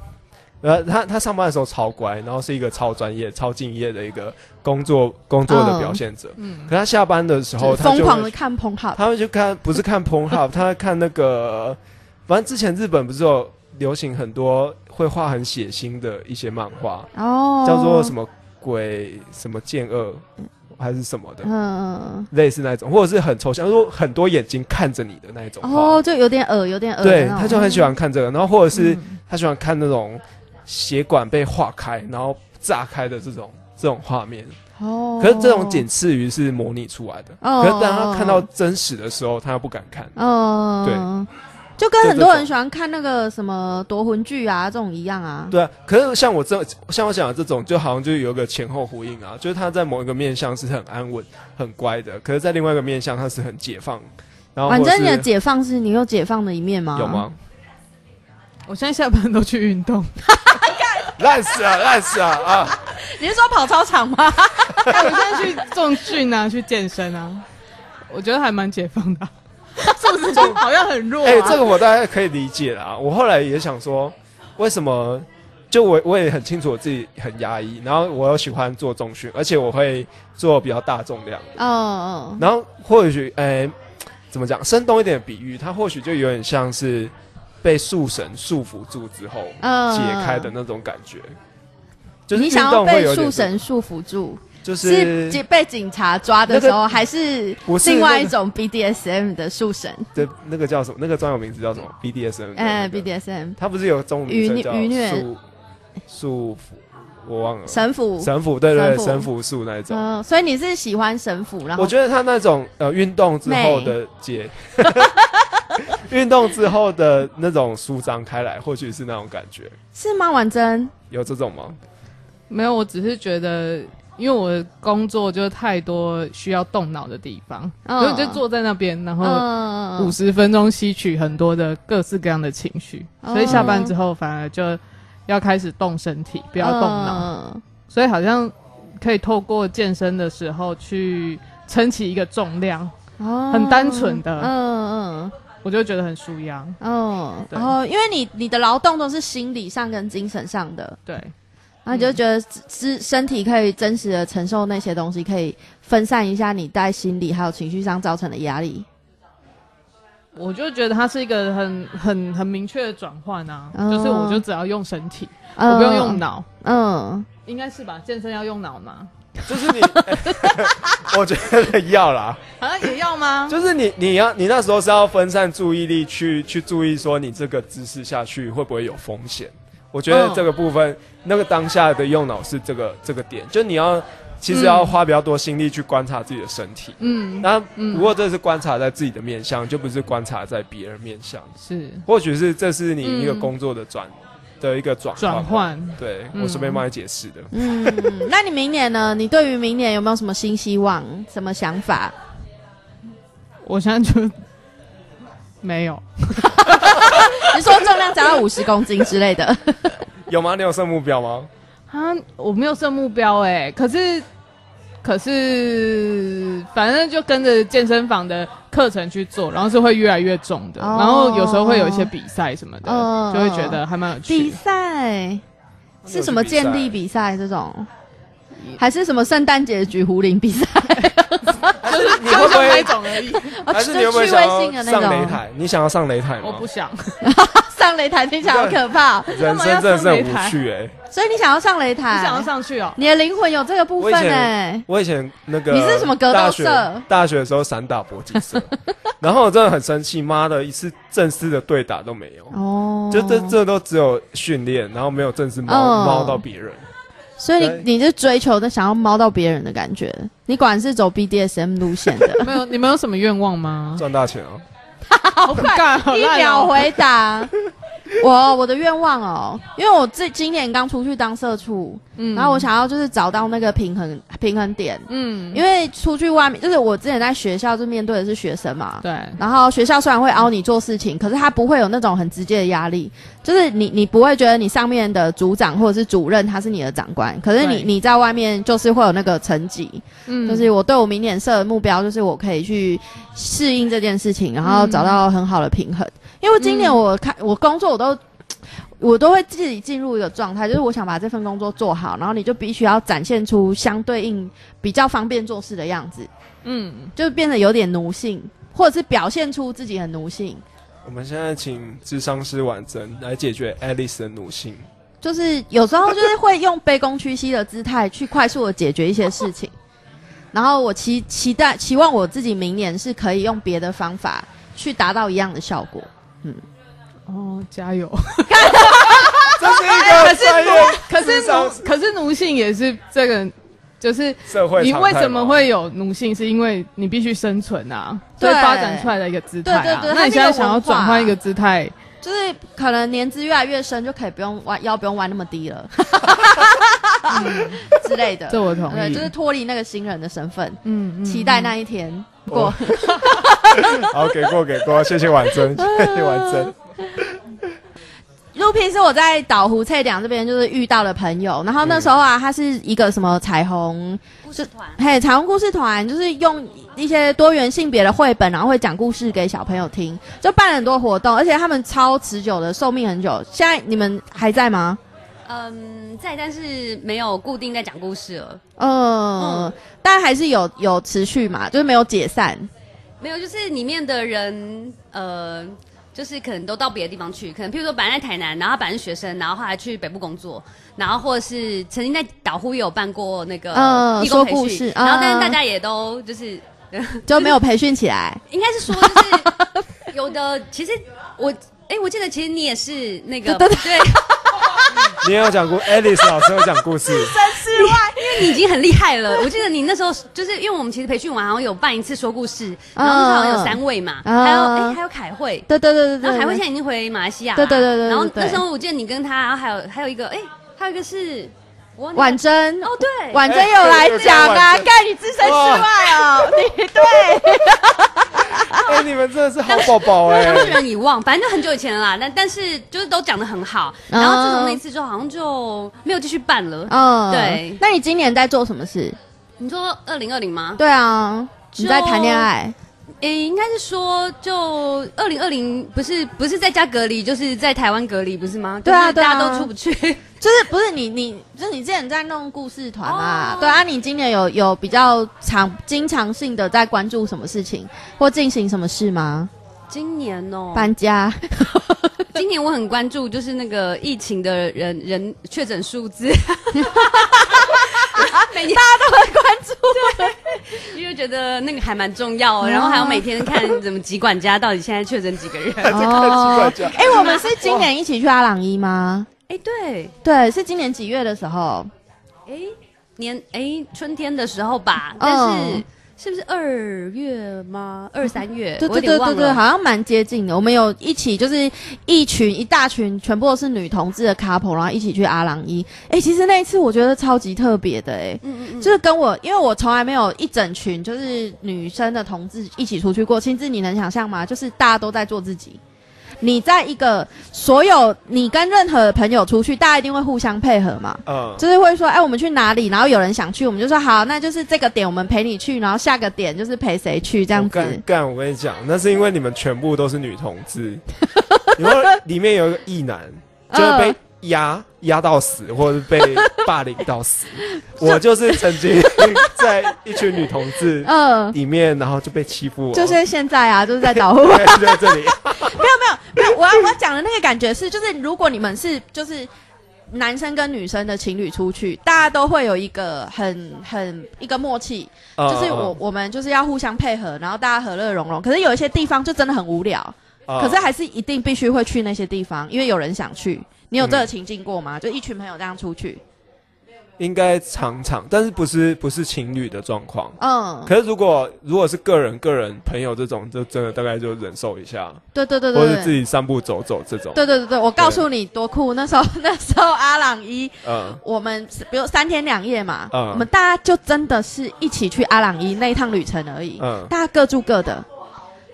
S1: 呃，他他上班的时候超乖，然后是一个超专业、超敬业的一个工作工作的表现者。
S3: 嗯，
S1: 可他下班的时候，他
S2: 疯
S1: 就
S2: 狂的
S1: 会
S2: 看 p o n h u b
S1: 他会去看，不是看 p o n h u b 他会看那个，反正之前日本不是有流行很多会画很血腥的一些漫画，
S2: 哦，
S1: 叫做什
S2: 么？
S1: 么鬼什么剑恶还是什么的。
S2: 嗯。
S1: 类似那种，或者是很抽象，说很多眼睛看着你的那一种画。
S2: 哦，就有点恶，有点恶。
S1: 对，他就很喜欢看这个，然后或者是
S3: 嗯
S1: 他喜欢看那种血管被化开，然后炸开的这种这种画面。
S2: 哦。
S1: 可是这种仅，次于是模拟出来的，
S2: 哦
S1: 可是当他看到真实的时候，他又不敢看。
S2: 嗯，对，就跟很多人喜欢看那个什么夺魂剧啊这种一样啊。
S1: 对啊，可是像我这像我讲的这种，就好像就有一个前后呼应啊，就是他在某一个面向是很安稳、很乖的，可是在另外一个面向他是很解放，然后
S2: 反
S1: 哦或者
S2: 正
S1: 是
S2: 你的解放是你有解放啊的一面吗？
S1: 有？吗？
S3: 我现在下班都去运动，
S1: 烂死了，烂死了啊！
S2: 你是说跑操场吗？
S3: 哎我现在去重训啊，去健身啊，我觉得还蛮解放的啊、 是不是就好像很弱、啊？
S1: 哎、这个我大概可以理解啦。我后来也想说，为什么？就我我也很清楚我自己很压抑，然后我又喜欢做重训，而且我会做比较大重量。
S2: 嗯嗯
S1: 然后或许，哎、怎么讲？生动一点的比喻，它或许就有点像是被束绳束缚住之后
S2: 嗯，
S1: 解开的那种感觉。就是
S2: 你
S1: 运
S2: 想要
S1: 动会
S2: 被
S1: 有
S2: 束
S1: 点，
S2: 绳束缚住，
S1: 就是
S2: 是警被警察抓的时候，还是
S1: 不是
S2: 另外一
S1: 那个
S2: 种 BDSM 的束绳？
S1: 对那个叫什么？那个专有名字叫什么？BDSM 的那个。
S2: 哎，BDSM
S1: 它不是有中文名称
S2: 愚
S1: 叫
S2: 愚虐
S1: 束束缚，我忘了。
S2: 神符。
S1: 神符，对对
S2: 神
S1: 对，
S2: 符
S1: 神符术那一种。
S2: 嗯，所以你是喜欢神符，然后
S1: 我觉得他那种呃运动之后的 解，运动之后的那种舒张开来，或许是那种感觉，
S2: 是吗？婉珍，
S1: 有这种吗？
S3: 没有，我只是觉得，因为我的工作就太多需要动脑的地方，
S2: 嗯
S3: 所以我就坐在那边，然后
S2: 嗯
S3: 五十分钟吸取很多的各式各样的情绪，
S2: 哦
S3: 所以下班之后反而就要开始动身体，不要动
S2: 嗯
S3: 脑，
S2: 哦
S3: 所以好像可以透过健身的时候去撑起一个重量，
S2: 嗯，哦
S3: 很单纯的
S2: 嗯嗯
S3: 我就觉得很舒压。
S2: 嗯，
S3: 对
S2: 然后因为你你的劳动都是心理上跟精神上的，
S3: 对，
S2: 然后你就觉得身身体可以真实的承受那些东西，可以分散一下你在心理还有情绪上造成的压力。
S3: 我就觉得它是一个很很很明确的转换啊，
S2: 哦
S3: 就是我就只要用身体，
S2: 嗯
S3: 我不用用，脑。
S2: 嗯，
S3: 应该是吧？健身要用脑嘛，
S1: 就是你， 我觉得要啦，
S5: 好像也要吗？
S1: 就是你你要你那时候是要分散注意力去去注意说你这个姿势下去会不会有风险。我觉得
S5: 嗯
S1: 这个部分，那个当下的用脑是这个这个点，就你要其实要花比较多心力去观察自己的身体。
S5: 嗯，
S1: 那
S5: 嗯
S1: 不过这是观察在自己的面相，就不是观察在别人面相。
S5: 是
S1: 或许是这是你一个
S5: 嗯
S1: 工作的转、的一个转
S5: 转
S1: 换。
S5: 换。
S1: 对
S5: 嗯
S1: 我顺便帮你解释的。
S2: 嗯， 那你明年呢？你对于明年有没有什么新希望、什么想法？
S5: 我现在就没有，
S2: 你说重量加到五十公斤之类 的，
S1: 有吗？你有设目标吗？
S5: 啊，我没有设目标哎、可是可是反正就跟着健身房的课程去做，然后是会越来越重的，
S2: 哦
S5: 然后有时候会有一些比赛什么的，
S2: 嗯
S5: 就会觉得还蛮有趣。
S2: 比赛是什么
S1: 你有去
S2: 健力比赛这种，还是什么圣诞节举壶铃比赛？
S1: 还是你会不
S5: 就那
S1: 会？
S5: 种而已，
S2: 哦
S1: 还是你会不会
S2: 趣味
S1: 想要
S2: 性的那
S1: 上擂
S2: 种，
S1: 台？你想要上擂台
S5: 我
S1: 吗
S5: 不？想。
S2: 上擂台听起来好可怕哦。
S1: 人生真的是很无趣哎、
S2: 所以你想要上擂台，
S5: 你想要上去哦？
S2: 你的灵魂有这个部分
S1: 我以前
S2: 哎、
S1: 欸我以前那个
S2: 你是什么格斗
S1: 大学
S2: 社
S1: 大学的时候散打搏击社，然后我真的很生气，妈的，一次正式的对打都没有，
S2: 哦，
S1: 就这，这都只有训练，然后没有正式猫
S2: 嗯
S1: 猫到别人。
S2: 所以你你是追求的想要猫到别人的感觉，你果然是走 BDSM 路线的，
S5: 没有，你们有什么愿望 吗？
S1: 赚大钱哦、
S2: 好快
S5: 干好烂
S2: 一
S5: 哦
S2: 秒回答。我我的愿望哦，因为我这今年刚出去当社畜，
S5: 嗯
S2: 然后我，想要就是找到那个平衡平衡点，
S5: 嗯
S2: 因为出去外面就是我之前在学校就面对的是学生嘛，
S5: 对，
S2: 然后学校虽然会凹你做事情，可是他不会有那种很直接的压力，就是你你不会觉得你上面的组长或者是主任他是你的长官，可是你
S5: 对
S2: 你在外面就是会有那个层级，
S5: 嗯
S2: 就是我对我明年设的目标就是我可以去适应这件事情，然后找到很好的平衡。因为今年
S5: 嗯
S2: 我看我工作我都。我都会自己进入一个状态，就是我想把这份工作做好，然后你就必须要展现出相对应比较方便做事的样子，
S5: 嗯，
S2: 就变得有点奴性，或者是表现出自己很奴性，
S1: 我们现在请智商师婉珍来解决 Alice 的奴性。
S2: 就是有时候就是会用卑躬屈膝的姿态去快速的解决一些事情。然后我期期待期望我自己明年是可以用别的方法去达到一样的效果。
S5: 哦，加油！
S1: 这是一个专业
S5: 可 是
S1: 智商
S5: 奴，可是奴性也是这个，就是
S1: 社会
S5: 你
S1: 常态
S5: 为什么
S1: 吗
S5: 会有奴性？是因为你必须生存啊，
S2: 对
S5: 所以发展出来的一个姿态、啊。
S2: 对对对
S5: 那你
S2: 它是一个啊
S5: 现在想要转换一个姿态，
S2: 就是可能年资越来越深，就可以不用弯腰不用弯那么低了 之类的。
S5: 嗯这我同
S2: 对，
S5: 意。
S2: 就是脱离那个新人的身份，
S5: 嗯，嗯
S2: 期待那一天过。
S1: 哦 好，给过给过，谢谢婉珍，谢谢婉珍。
S2: 陆平是我在岛湖翠两这边就是遇到的朋友，然后那时候啊，他是一个什么彩虹故事团，嘿，彩虹故事团就是用一些多元性别的绘本，然后会讲故事给小朋友听，就办了很多活动，而且他们超持久的，寿命很久。现在你们还在吗？
S6: 嗯，在，但是没有固定在讲故事了。
S2: 呃，但还是有有持续嘛，就是没有解散。
S6: 没有，就是里面的人，呃，就是可能都到别的地方去，可能譬如说本来在台南，然后他本来是学生，然后后来去北部工作，然后或者是曾经在岛呼也有办过那个
S2: 嗯
S6: 义工培
S2: 说故
S6: 训
S2: 事，
S6: 然后但
S2: 嗯
S6: 是大家也都就是
S2: 就没有培训起来。
S6: 应该是说就是有的，其实我哎、我记得其实你也是那个
S2: 对
S6: 对，
S1: 你也有讲故，Alice 老师有讲故事，
S6: 你已经很厉害 了。我记得你那时候就是因为我们其实培训完好像有办一次说故事，然后那时候好像有三位嘛，
S2: 嗯
S6: 还有
S2: 嗯
S6: 哎、还有凯慧，
S2: 对对对对对
S6: 然
S2: 对，
S6: 后海慧现在已经回马来西亚啦，
S2: 对对对对对
S6: 然后
S2: 对
S6: 那时候我记得你跟他，然后还有还有一个，哎，还有一个是我忘记了
S2: 婉珍
S6: 哦，对，
S2: 婉珍有来讲啊，
S1: 哎对对对婉珍
S2: 盖你置身事外哦，你对。
S1: 哎，你们真的是好宝宝哎
S6: 当。事人遗忘，反正就很久以前了啦。但但是就是都讲的很好，然后自从那次之后，好像就没有继续办了。
S2: 嗯，
S6: 对
S2: 那你今年在做什么事？
S6: 你说二零二零吗？
S2: 对啊，你在谈恋爱，
S6: 诶，应该是说就二零二零，不是不是在家隔离，就是在台湾隔离，不是吗？
S2: 对啊
S6: 就是
S2: 对啊
S6: 大家都出不去。
S2: 就是不是你你就是你之前在弄故事团嘛？
S6: 哦
S2: 对啊，你今年有有比较常经常性的在关注什么事情或进行什么事吗？
S6: 今年哦，
S2: 搬 家，
S6: 今年我很关 注，就是那个疫情的人人确诊数字。每年因为觉得那个还蛮重要
S2: 嗯
S6: 哦，然后还要每天看怎么疾管家到底现在确诊 几个人。
S2: 哦
S1: 看奇怪
S2: 哎、我们是今年一起去阿朗伊吗？
S6: 哎，对，
S2: 对，是今年几月的时候？
S6: 哎，年哎春天的时候吧，
S2: 嗯
S6: 但是是不是二月吗？二三月？
S2: 对
S6: 欸我
S2: 对
S6: 有点
S2: 对
S6: 忘
S2: 对
S6: 了
S2: 对，好像蛮接近的。我们有一起就是一群一大群，全部都是女同志的 couple，然后一起去阿朗伊。哎、其实那一次我觉得超级特别的、哎、
S6: 嗯嗯嗯，
S2: 就是跟我，因为我从来没有一整群就是女生的同志一起出去过，亲自你能想象吗？就是大家都在做自己。你在一个所有你跟任何朋友出去，大家一定会互相配合嘛，
S1: 嗯，
S2: 就是会说，哎、我们去哪里？然后有人想去，我们就说好，那就是这个点我们陪你去，然后下个点就是陪谁去这样
S1: 我
S2: 子。
S1: 干干，我跟你讲，那是因为你们全部都是女同志， 然后里面有一个异男，就
S2: 嗯
S1: 会被压压到死，或者是被霸凌到 死。我就是曾经在一群女同志
S2: 嗯，
S1: 里面，然后就被欺负，
S2: 就是现在啊，就是在导护。
S1: 对，就在这里。
S2: 没有，我要我要讲的那个感觉是，就是如果你们是就是男生跟女生的情侣出去，大家都会有一个很很一个默契，
S1: 嗯
S2: 就是我、我们就是要互相配合，然后大家和乐融融。可是有一些地方就真的很无聊，
S1: 嗯，嗯
S2: 可是还是一定必须会去那些地方，因为有人想去。你有这个情境过
S1: 嗯
S2: 吗？就一群朋友这样出去，
S1: 应该常常，但是不是不是情侣的状况。
S2: 嗯，
S1: 可是如果如果是个人、个人朋友这种，就真的大概就忍受一下，
S2: 对对对
S1: 或
S2: 对
S1: 者自
S2: 对。
S1: 己散步走走这种。
S2: 对对对对，我告诉你多酷！那时候 那时候阿朗伊
S1: 嗯，
S2: 我们是比如三天两夜嘛，
S1: 嗯
S2: 我们大家就真的是一起去阿朗伊那一趟旅程而已，
S1: 嗯
S2: 大家各住各的，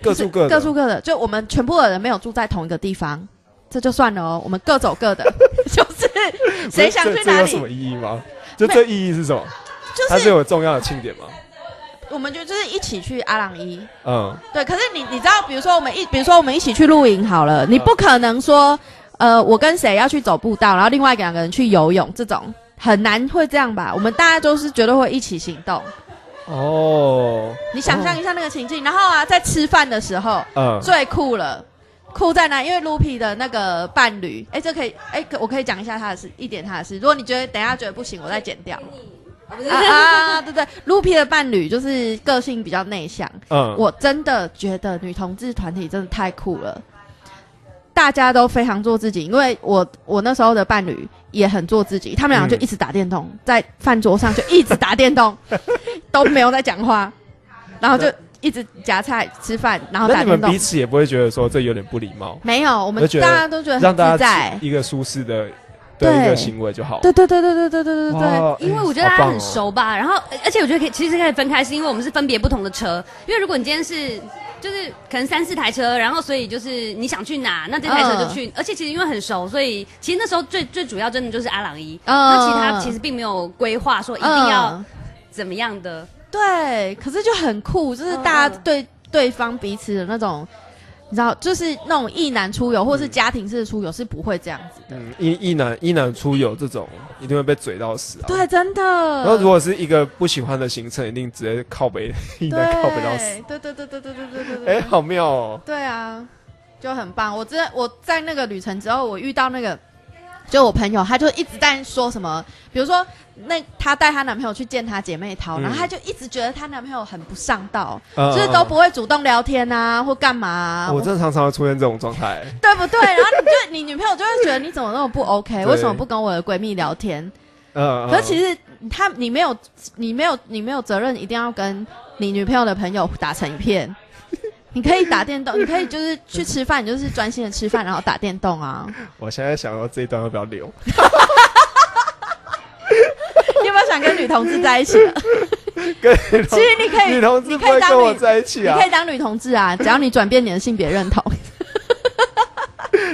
S1: 各住各的
S2: 各住各的，就我们全部的人没有住在同一个地方，这就算了哦，我们各走各 的，就是谁想
S1: 不
S2: 去
S1: 是这这
S2: 哪
S1: 有什么
S2: 里，
S1: 意义吗？就这意义是什么？它
S2: 就是是
S1: 有重要的庆典吗？
S2: 我们就就是一起去阿朗伊，
S1: 嗯，
S2: 对，可是你你知道，比如说我们一，比如说我们一起去露营好
S1: 啊
S2: 了，你不可能说，呃，我跟谁要去走步道，然后另外两个人去游泳，这种很难会这样吧？我们大家都是绝对会一起行动。
S1: 哦，
S2: 你想象一下那个情境，然后啊，在吃饭的时候
S1: 嗯，
S2: 最酷了，酷在哪？因为 Lupi 的那个伴侣，哎，这可以，哎，可我可以讲一下他的事，一点他的事。如果你觉得等一下觉得不行，我再剪掉。啊啊，对对，Lupi 的伴侣就是个性比较内向，
S1: 嗯，
S2: 我真的觉得女同志团体真的太酷了，大家都非常做自己。因为我我那时候的伴侣也很做自己，他们俩就一直打电动，在饭桌上就一直打电 动，都没有在讲话，然后就一直夹菜吃饭，然后
S1: 那
S2: 打
S1: 你
S2: 电
S1: 们
S2: 动
S1: 彼。此也不会觉得说这有点不礼貌，
S2: 没有，我们
S1: 就觉得
S2: 大家都觉得
S1: 让
S2: 很
S1: 大
S2: 自
S1: 家
S2: 在。
S1: 一个舒适的的
S2: 对
S1: 一个行为就好。
S2: 对对对对对对对对对。
S1: 哇，哦
S6: 因为我觉得大家很熟吧，然后呃而且我觉得可以，其实可以分开，是因为我们是分别不同的车。因为如果你今天是就是可能三四台车，然后所以就是你想去哪，那这台车就去。而且其实因为很熟，所以其实那时候最最主要真的就是阿朗伊。那其他其实并没有规划说一定要
S2: 嗯
S6: 怎么样的，
S2: 对，可是就很酷，就是大家
S6: 嗯嗯
S2: 对对方彼此的那种，你知道，就是那种一男出游或是家庭式的出游是不会这样子
S1: 好
S2: 的。
S1: 棒哦，嗯，一一男一男出游这种一定会被嘴到死啊。。
S2: 对，真的。
S1: 然后如果是一个不喜欢的行程，一定直接靠北， 一
S2: 对
S1: 男靠北到死。
S2: 对对对对对对对对对。
S1: 哎，好妙哦。
S2: 对啊，就很棒。我真的我在那个旅程之后，我遇到那个。就我朋友，她就一直在说什么，比如说，那她带她男朋友去见她姐妹淘，然后
S1: 嗯
S2: 她就一直觉得她男朋友很不上道，
S1: 就
S2: 嗯就是都不会主动聊天啊，或干嘛、啊。
S1: 嗯我真的常常会出现这种状态。
S2: 对不对？然后你就你女朋友就会觉得你怎么那么不 OK？
S1: 对
S2: 为什么不跟我的闺蜜聊天？
S1: 嗯，
S2: 可是其
S1: 实
S2: 实她你没有你没有你没有责任一定要跟你女朋友的朋友打成一 片。你可以打电动，你可以就是去吃饭，你就是专心的吃饭，然后打电动 啊。
S1: 我现在想要这一段要不要留？
S2: 你有没有想跟女同志在一起的？
S1: 跟
S2: 其实你可以，
S1: 女同志
S2: 你
S1: 不
S2: 可
S1: 会
S2: 以当
S1: 跟我
S2: 女，
S1: 在一起
S2: 你
S1: 啊
S2: 可，以当女同志啊，只要你转变你的性别认 同。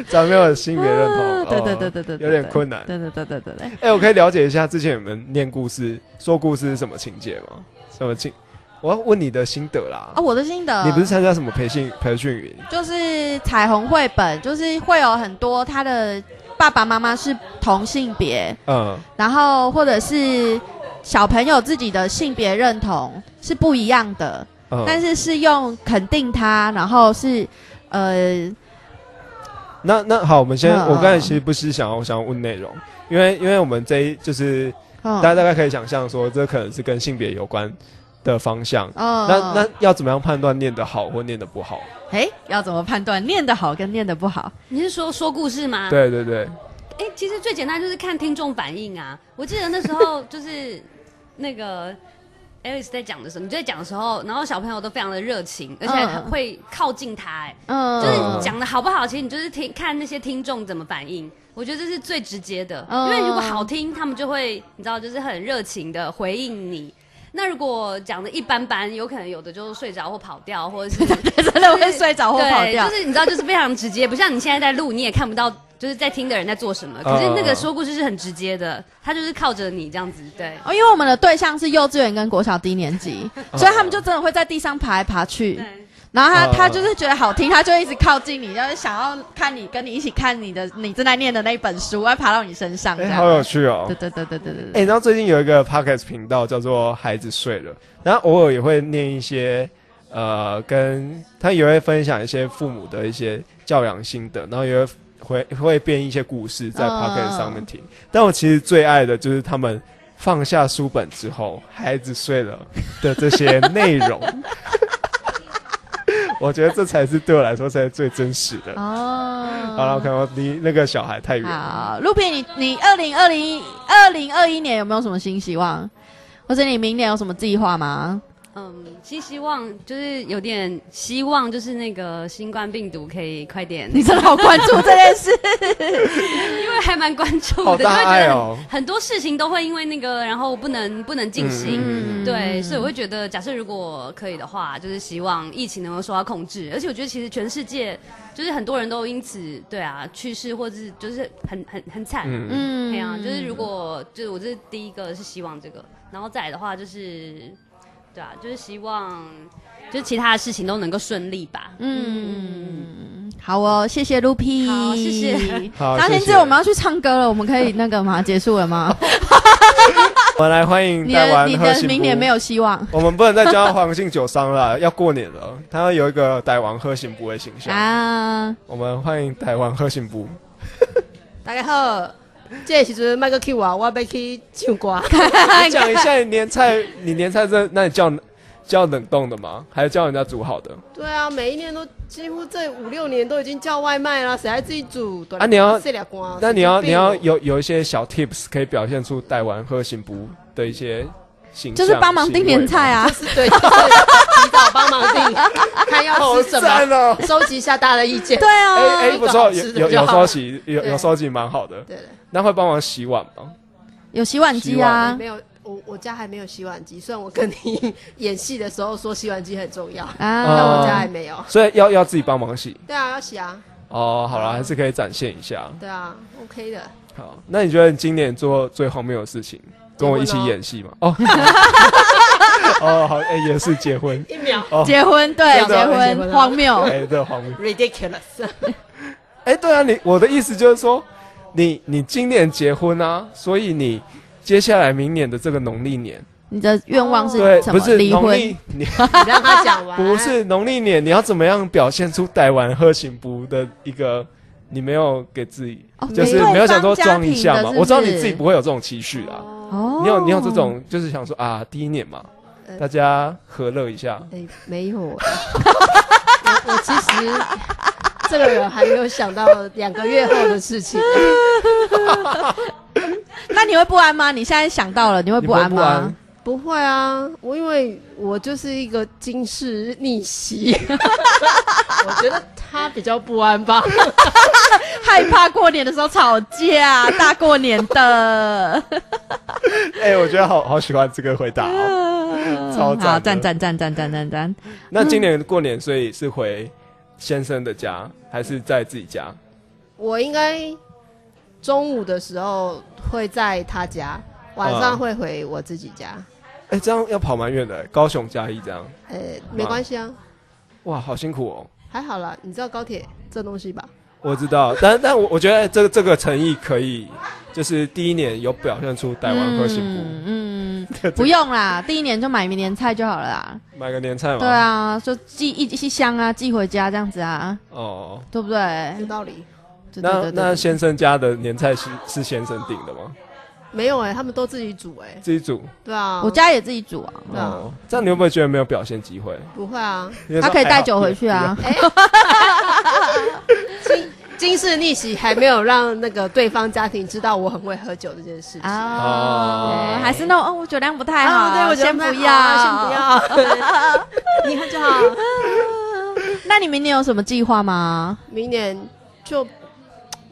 S1: 咱们有性别认同。
S2: 啊对对
S1: 哦
S2: 对对对对，
S1: 有点困难。
S2: 对对对对对对。
S1: 哎、我可以了解一下之前你们念故事、说故事是什么情节吗？什么情？我要问你的心得啦。
S2: 啊，我的心得，
S1: 你不是参加什么培训培训营？
S2: 就是彩虹绘本，就是会有很多他的爸爸妈妈是同性别，
S1: 嗯
S2: 然后或者是小朋友自己的性别认同是不一样的，
S1: 嗯。
S2: 但是是用肯定他，然后是呃
S1: 那那好，我们先，
S2: 嗯
S1: 我刚才其实不是想要我想要问内容，因为因为我们这一就是
S2: 嗯
S1: 大家大概可以想象说，这可能是跟性别有关的方向。
S2: 哦
S1: 那那要怎么样判断念得好或念得不好？
S2: 哎、要怎么判断念得好跟念得不好？
S6: 你是说说故事
S2: 啊
S6: 吗？
S1: 对对对，
S6: 哎、其实最简单就是看听众反应啊。我记得那时候就是那个 Alice 在讲的时候，你在讲的时候，然后小朋友都非常的热情，而且很会靠近他、哎、
S2: 嗯，
S6: 就是你讲的好不好，其实你就是听看那些听众怎么反应。我觉得这是最直接的，
S2: 嗯
S6: 因为如果好听，他们就会你知道，就是很热情的回应你。那如果讲的一般般，有可能有的就睡着或跑掉，或者 是
S2: 真的会睡着或跑
S6: 对，
S2: 掉。
S6: 就是你知道，就是非常直接，不像你现在在录，你也看不到就是在听的人在做什
S2: 嗯
S6: 么。可是那个说故事是很直接的，他就是靠着你这样子，对。
S2: 哦，因为我们的对象是幼稚园跟国小低年级，所以他们就真的会在地上爬来爬去。然后他、
S1: 啊哦
S2: 他就是觉得好听，他就一直靠近你，就是想要看你，跟你一起看你的你正在念的那一本书，要爬到你身上这
S1: 哎、
S2: 样。
S1: 好有趣哦、
S2: 对对对对对对
S1: 哎、
S2: 对。
S1: 然后最近有一个 podcast 频道叫做“孩子睡了”，然后偶尔也会念一些，呃，跟他也会分享一些父母的一些教养心得，然后也会会会编一些故事在
S2: 嗯
S1: podcast 上面听。但我其实最爱的就是他们放下书本之后，孩子睡了的这些内容。 我觉得这才是对我来说才是最真实的。
S2: 哦
S1: 哎好了，我可能离那个小孩太远了。
S2: 好，陆平，你你二零二零二零二一年有没有什么新希望，或者你明年有什么计划 吗？
S6: 嗯，其实希望就是有点希望，就是那个新冠病毒可以 快点，
S2: 你真的好关注这件 事，
S6: 因 为还蛮关注
S1: 好
S6: 的，因
S1: 大
S6: 为觉
S1: 爱
S6: 得
S1: 哦、
S6: 很多事情都会因为那个，然后不能不能进行。
S1: 嗯
S6: 对，所以我会觉得，假设如果可以的话，就是希望疫情能够受到控制。而且我觉得，其实全世界就是很多人都因此对啊去世，或者是就是很很很惨。
S1: 嗯嗯
S2: 嗯
S6: 对啊，就是如果就是我这是第一个是希望这个，然后再来的话就是，对啊，就是希望就是其他的事情都能够顺利吧。
S2: 嗯，好哦，谢谢卢皮，
S6: 好谢谢。
S1: 好，
S2: 张先
S1: 谢
S2: 志，
S1: 谢
S2: 我们要去唱歌了，我们可以那个吗？结束了吗？
S1: 我们来欢迎
S2: 你
S1: 带
S2: 的
S1: 完
S2: 你
S1: 贺
S2: 的
S1: 信
S2: 明
S1: 部
S2: 年没有希望
S1: 我们不能再叫他黄姓酒商了， 要过年了，他要有一个台湾喝醒部的形象。
S2: 啊！
S1: 我们欢迎台湾喝醒部。
S7: 大家好，这个时阵麦克 Q 我，我要去唱歌。
S1: 你讲一下你年菜，你年菜这那你叫叫冷冻的吗？还是叫人家煮好的？
S7: 对啊，每一年都几乎这五六年都已经叫外卖啦，谁还自己煮？
S1: 啊你要
S7: 这俩光，
S1: 那你要
S7: 神
S1: 你
S7: 经病哦
S1: 要有有一些小 tips 可以表现出台湾喝醒部的一些形象，
S2: 就是帮忙订年菜
S1: 啊。
S2: 啊，
S7: 是对， 就是提早帮忙订，看
S1: 好
S7: 要吃 什么，
S1: 赞哦！
S7: 收集一下大家的意 见
S2: 对。
S1: 哎
S2: 啊，
S1: 哎，不错，
S7: 一
S1: 有
S7: 个好吃的
S1: 有
S7: 就
S1: 有
S7: 好
S1: 收集，有
S7: 对
S1: 有收集蛮好的。
S7: 对了，
S1: 那会帮忙洗碗吗？
S2: 有洗碗机啊
S7: 没有，我我家还没有洗碗机，虽然我跟你演戏的时候说洗碗机很重要，但
S2: 啊
S1: 哦
S7: 我家还没有。
S1: 所以要要自己帮忙洗
S7: 对啊，要洗啊，
S1: 哦。好啦，还是可以展现一下。
S7: 对啊，OK 的。
S1: 好，那你觉得你今年做最荒谬的事情，跟我一起 演戏吗？哦，哦，好，哎、也是结 婚，
S7: 一秒
S1: 哦，
S2: 结婚对
S7: 对
S2: 结
S7: 对结
S2: 婚
S7: 婚啊
S2: 荒谬
S1: 哎、对，荒谬，
S7: ，ridiculous。
S1: 哎、对啊，你我的意思就是说，你你今年结婚啊，所以你接下来明年的这个农历年，
S2: 你的愿望是
S1: 对，
S2: 什
S1: 不
S2: 嗯么？
S1: 是
S2: 离
S1: 农
S2: 婚
S1: 历，你
S7: 你让他讲完。
S1: 不是农历年，你要怎么样表现出台湾喝行不的一个？你没有给自己，
S2: 哦
S1: 就是
S2: 对
S1: 没有想说
S2: 方家
S1: 装一
S2: 庭
S1: 下
S2: 的
S1: 嘛。
S2: 是不
S1: 我知道你
S2: 是
S1: 自己不会有这种期许啦。
S2: 哦
S1: 你有你有这种就是想说啊，第一年嘛，
S7: 呃
S1: 大家和乐一下。
S7: 哎、没有，我我其实这个人还没有想到两个月后的事情。
S2: 那你会不安吗？你现在想到了，你会
S1: 你
S2: 呃不
S1: 不会
S2: 安
S1: 不
S2: 吗
S1: 安？
S7: 不会啊，我因为我就是一个惊世逆袭， 我觉得他比较不安吧。
S2: 害怕过年的时候吵架， 大过年的。
S1: 哎、我觉得好好喜欢这个 回答、哦。超赞的
S2: 嗯好赞赞赞赞赞赞赞！
S1: 那今年过年，所以是回先生的家，还是在自己家？
S7: 我应该中午的时候会在他家，晚上会回我自己家。
S1: 哎、这样要跑蛮远的，高雄嘉义这样，
S7: 呃、没关系啊，
S1: 哇，好辛苦哦。
S7: 还好啦。你知道高铁这东西吧？
S1: 我知道，但但我我觉得哎这个这个诚意可以，就是第一年有表现出台湾和幸福，
S2: 嗯，嗯不用啦，第一年就买明年菜就好了啦。
S1: 买个年菜嘛。
S2: 对。啊，就寄一一箱啊，寄回家这样子啊，
S1: 哦，
S2: 对不对？
S7: 嗯有道理。
S2: 对对
S1: 那
S2: 对对
S1: 那
S2: 对
S1: 先生家的年菜是是先生订的吗？
S7: 没有哎、他们都自己煮哎、
S1: 自己煮。
S7: 对啊，
S2: 我家也自己煮啊，
S7: 对啊
S1: 哦，这样你会不会觉得没有表现机会？
S7: 不会啊，
S2: 他可以带酒回去啊。
S7: 惊世逆袭还没有让那个对方家庭知道我很会喝酒这件事情。啊
S2: 哦，
S1: 对
S2: 还是那种哦，我酒量不太好，
S7: 对，我觉得
S2: 先
S7: 蛮
S2: 不
S7: 好
S2: 要，
S7: 啊先不要，你喝就好。
S2: 那你明年有什么计划吗？
S7: 明年就，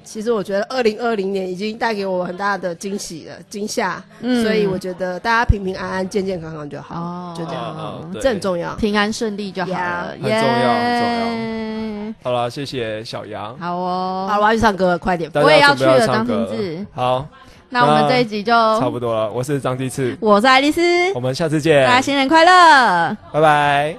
S7: 其实我觉得二零二零年已经带给我很大的惊喜了，惊吓，
S2: 嗯
S7: 所以我觉得大家平平安安、健健康康就好，
S2: 哦
S7: 就这样，
S1: 哦
S7: 这很重要。
S2: 平安顺利就好了，
S1: Yeah 很重要很
S2: 很重
S1: 好了，谢谢小杨。
S2: 好哦，
S7: 好，我要啊去唱歌了，快点。
S1: 大家
S2: 我也要
S1: 准备
S2: 去了
S1: 唱
S2: 张
S1: 歌
S2: 庭志
S1: 好，
S2: 那我们这一集就
S1: 差不多了。我是张第次，哎
S2: 我是爱丽丝，
S1: 我们下次见，
S2: 大家新年快乐！
S1: 拜拜。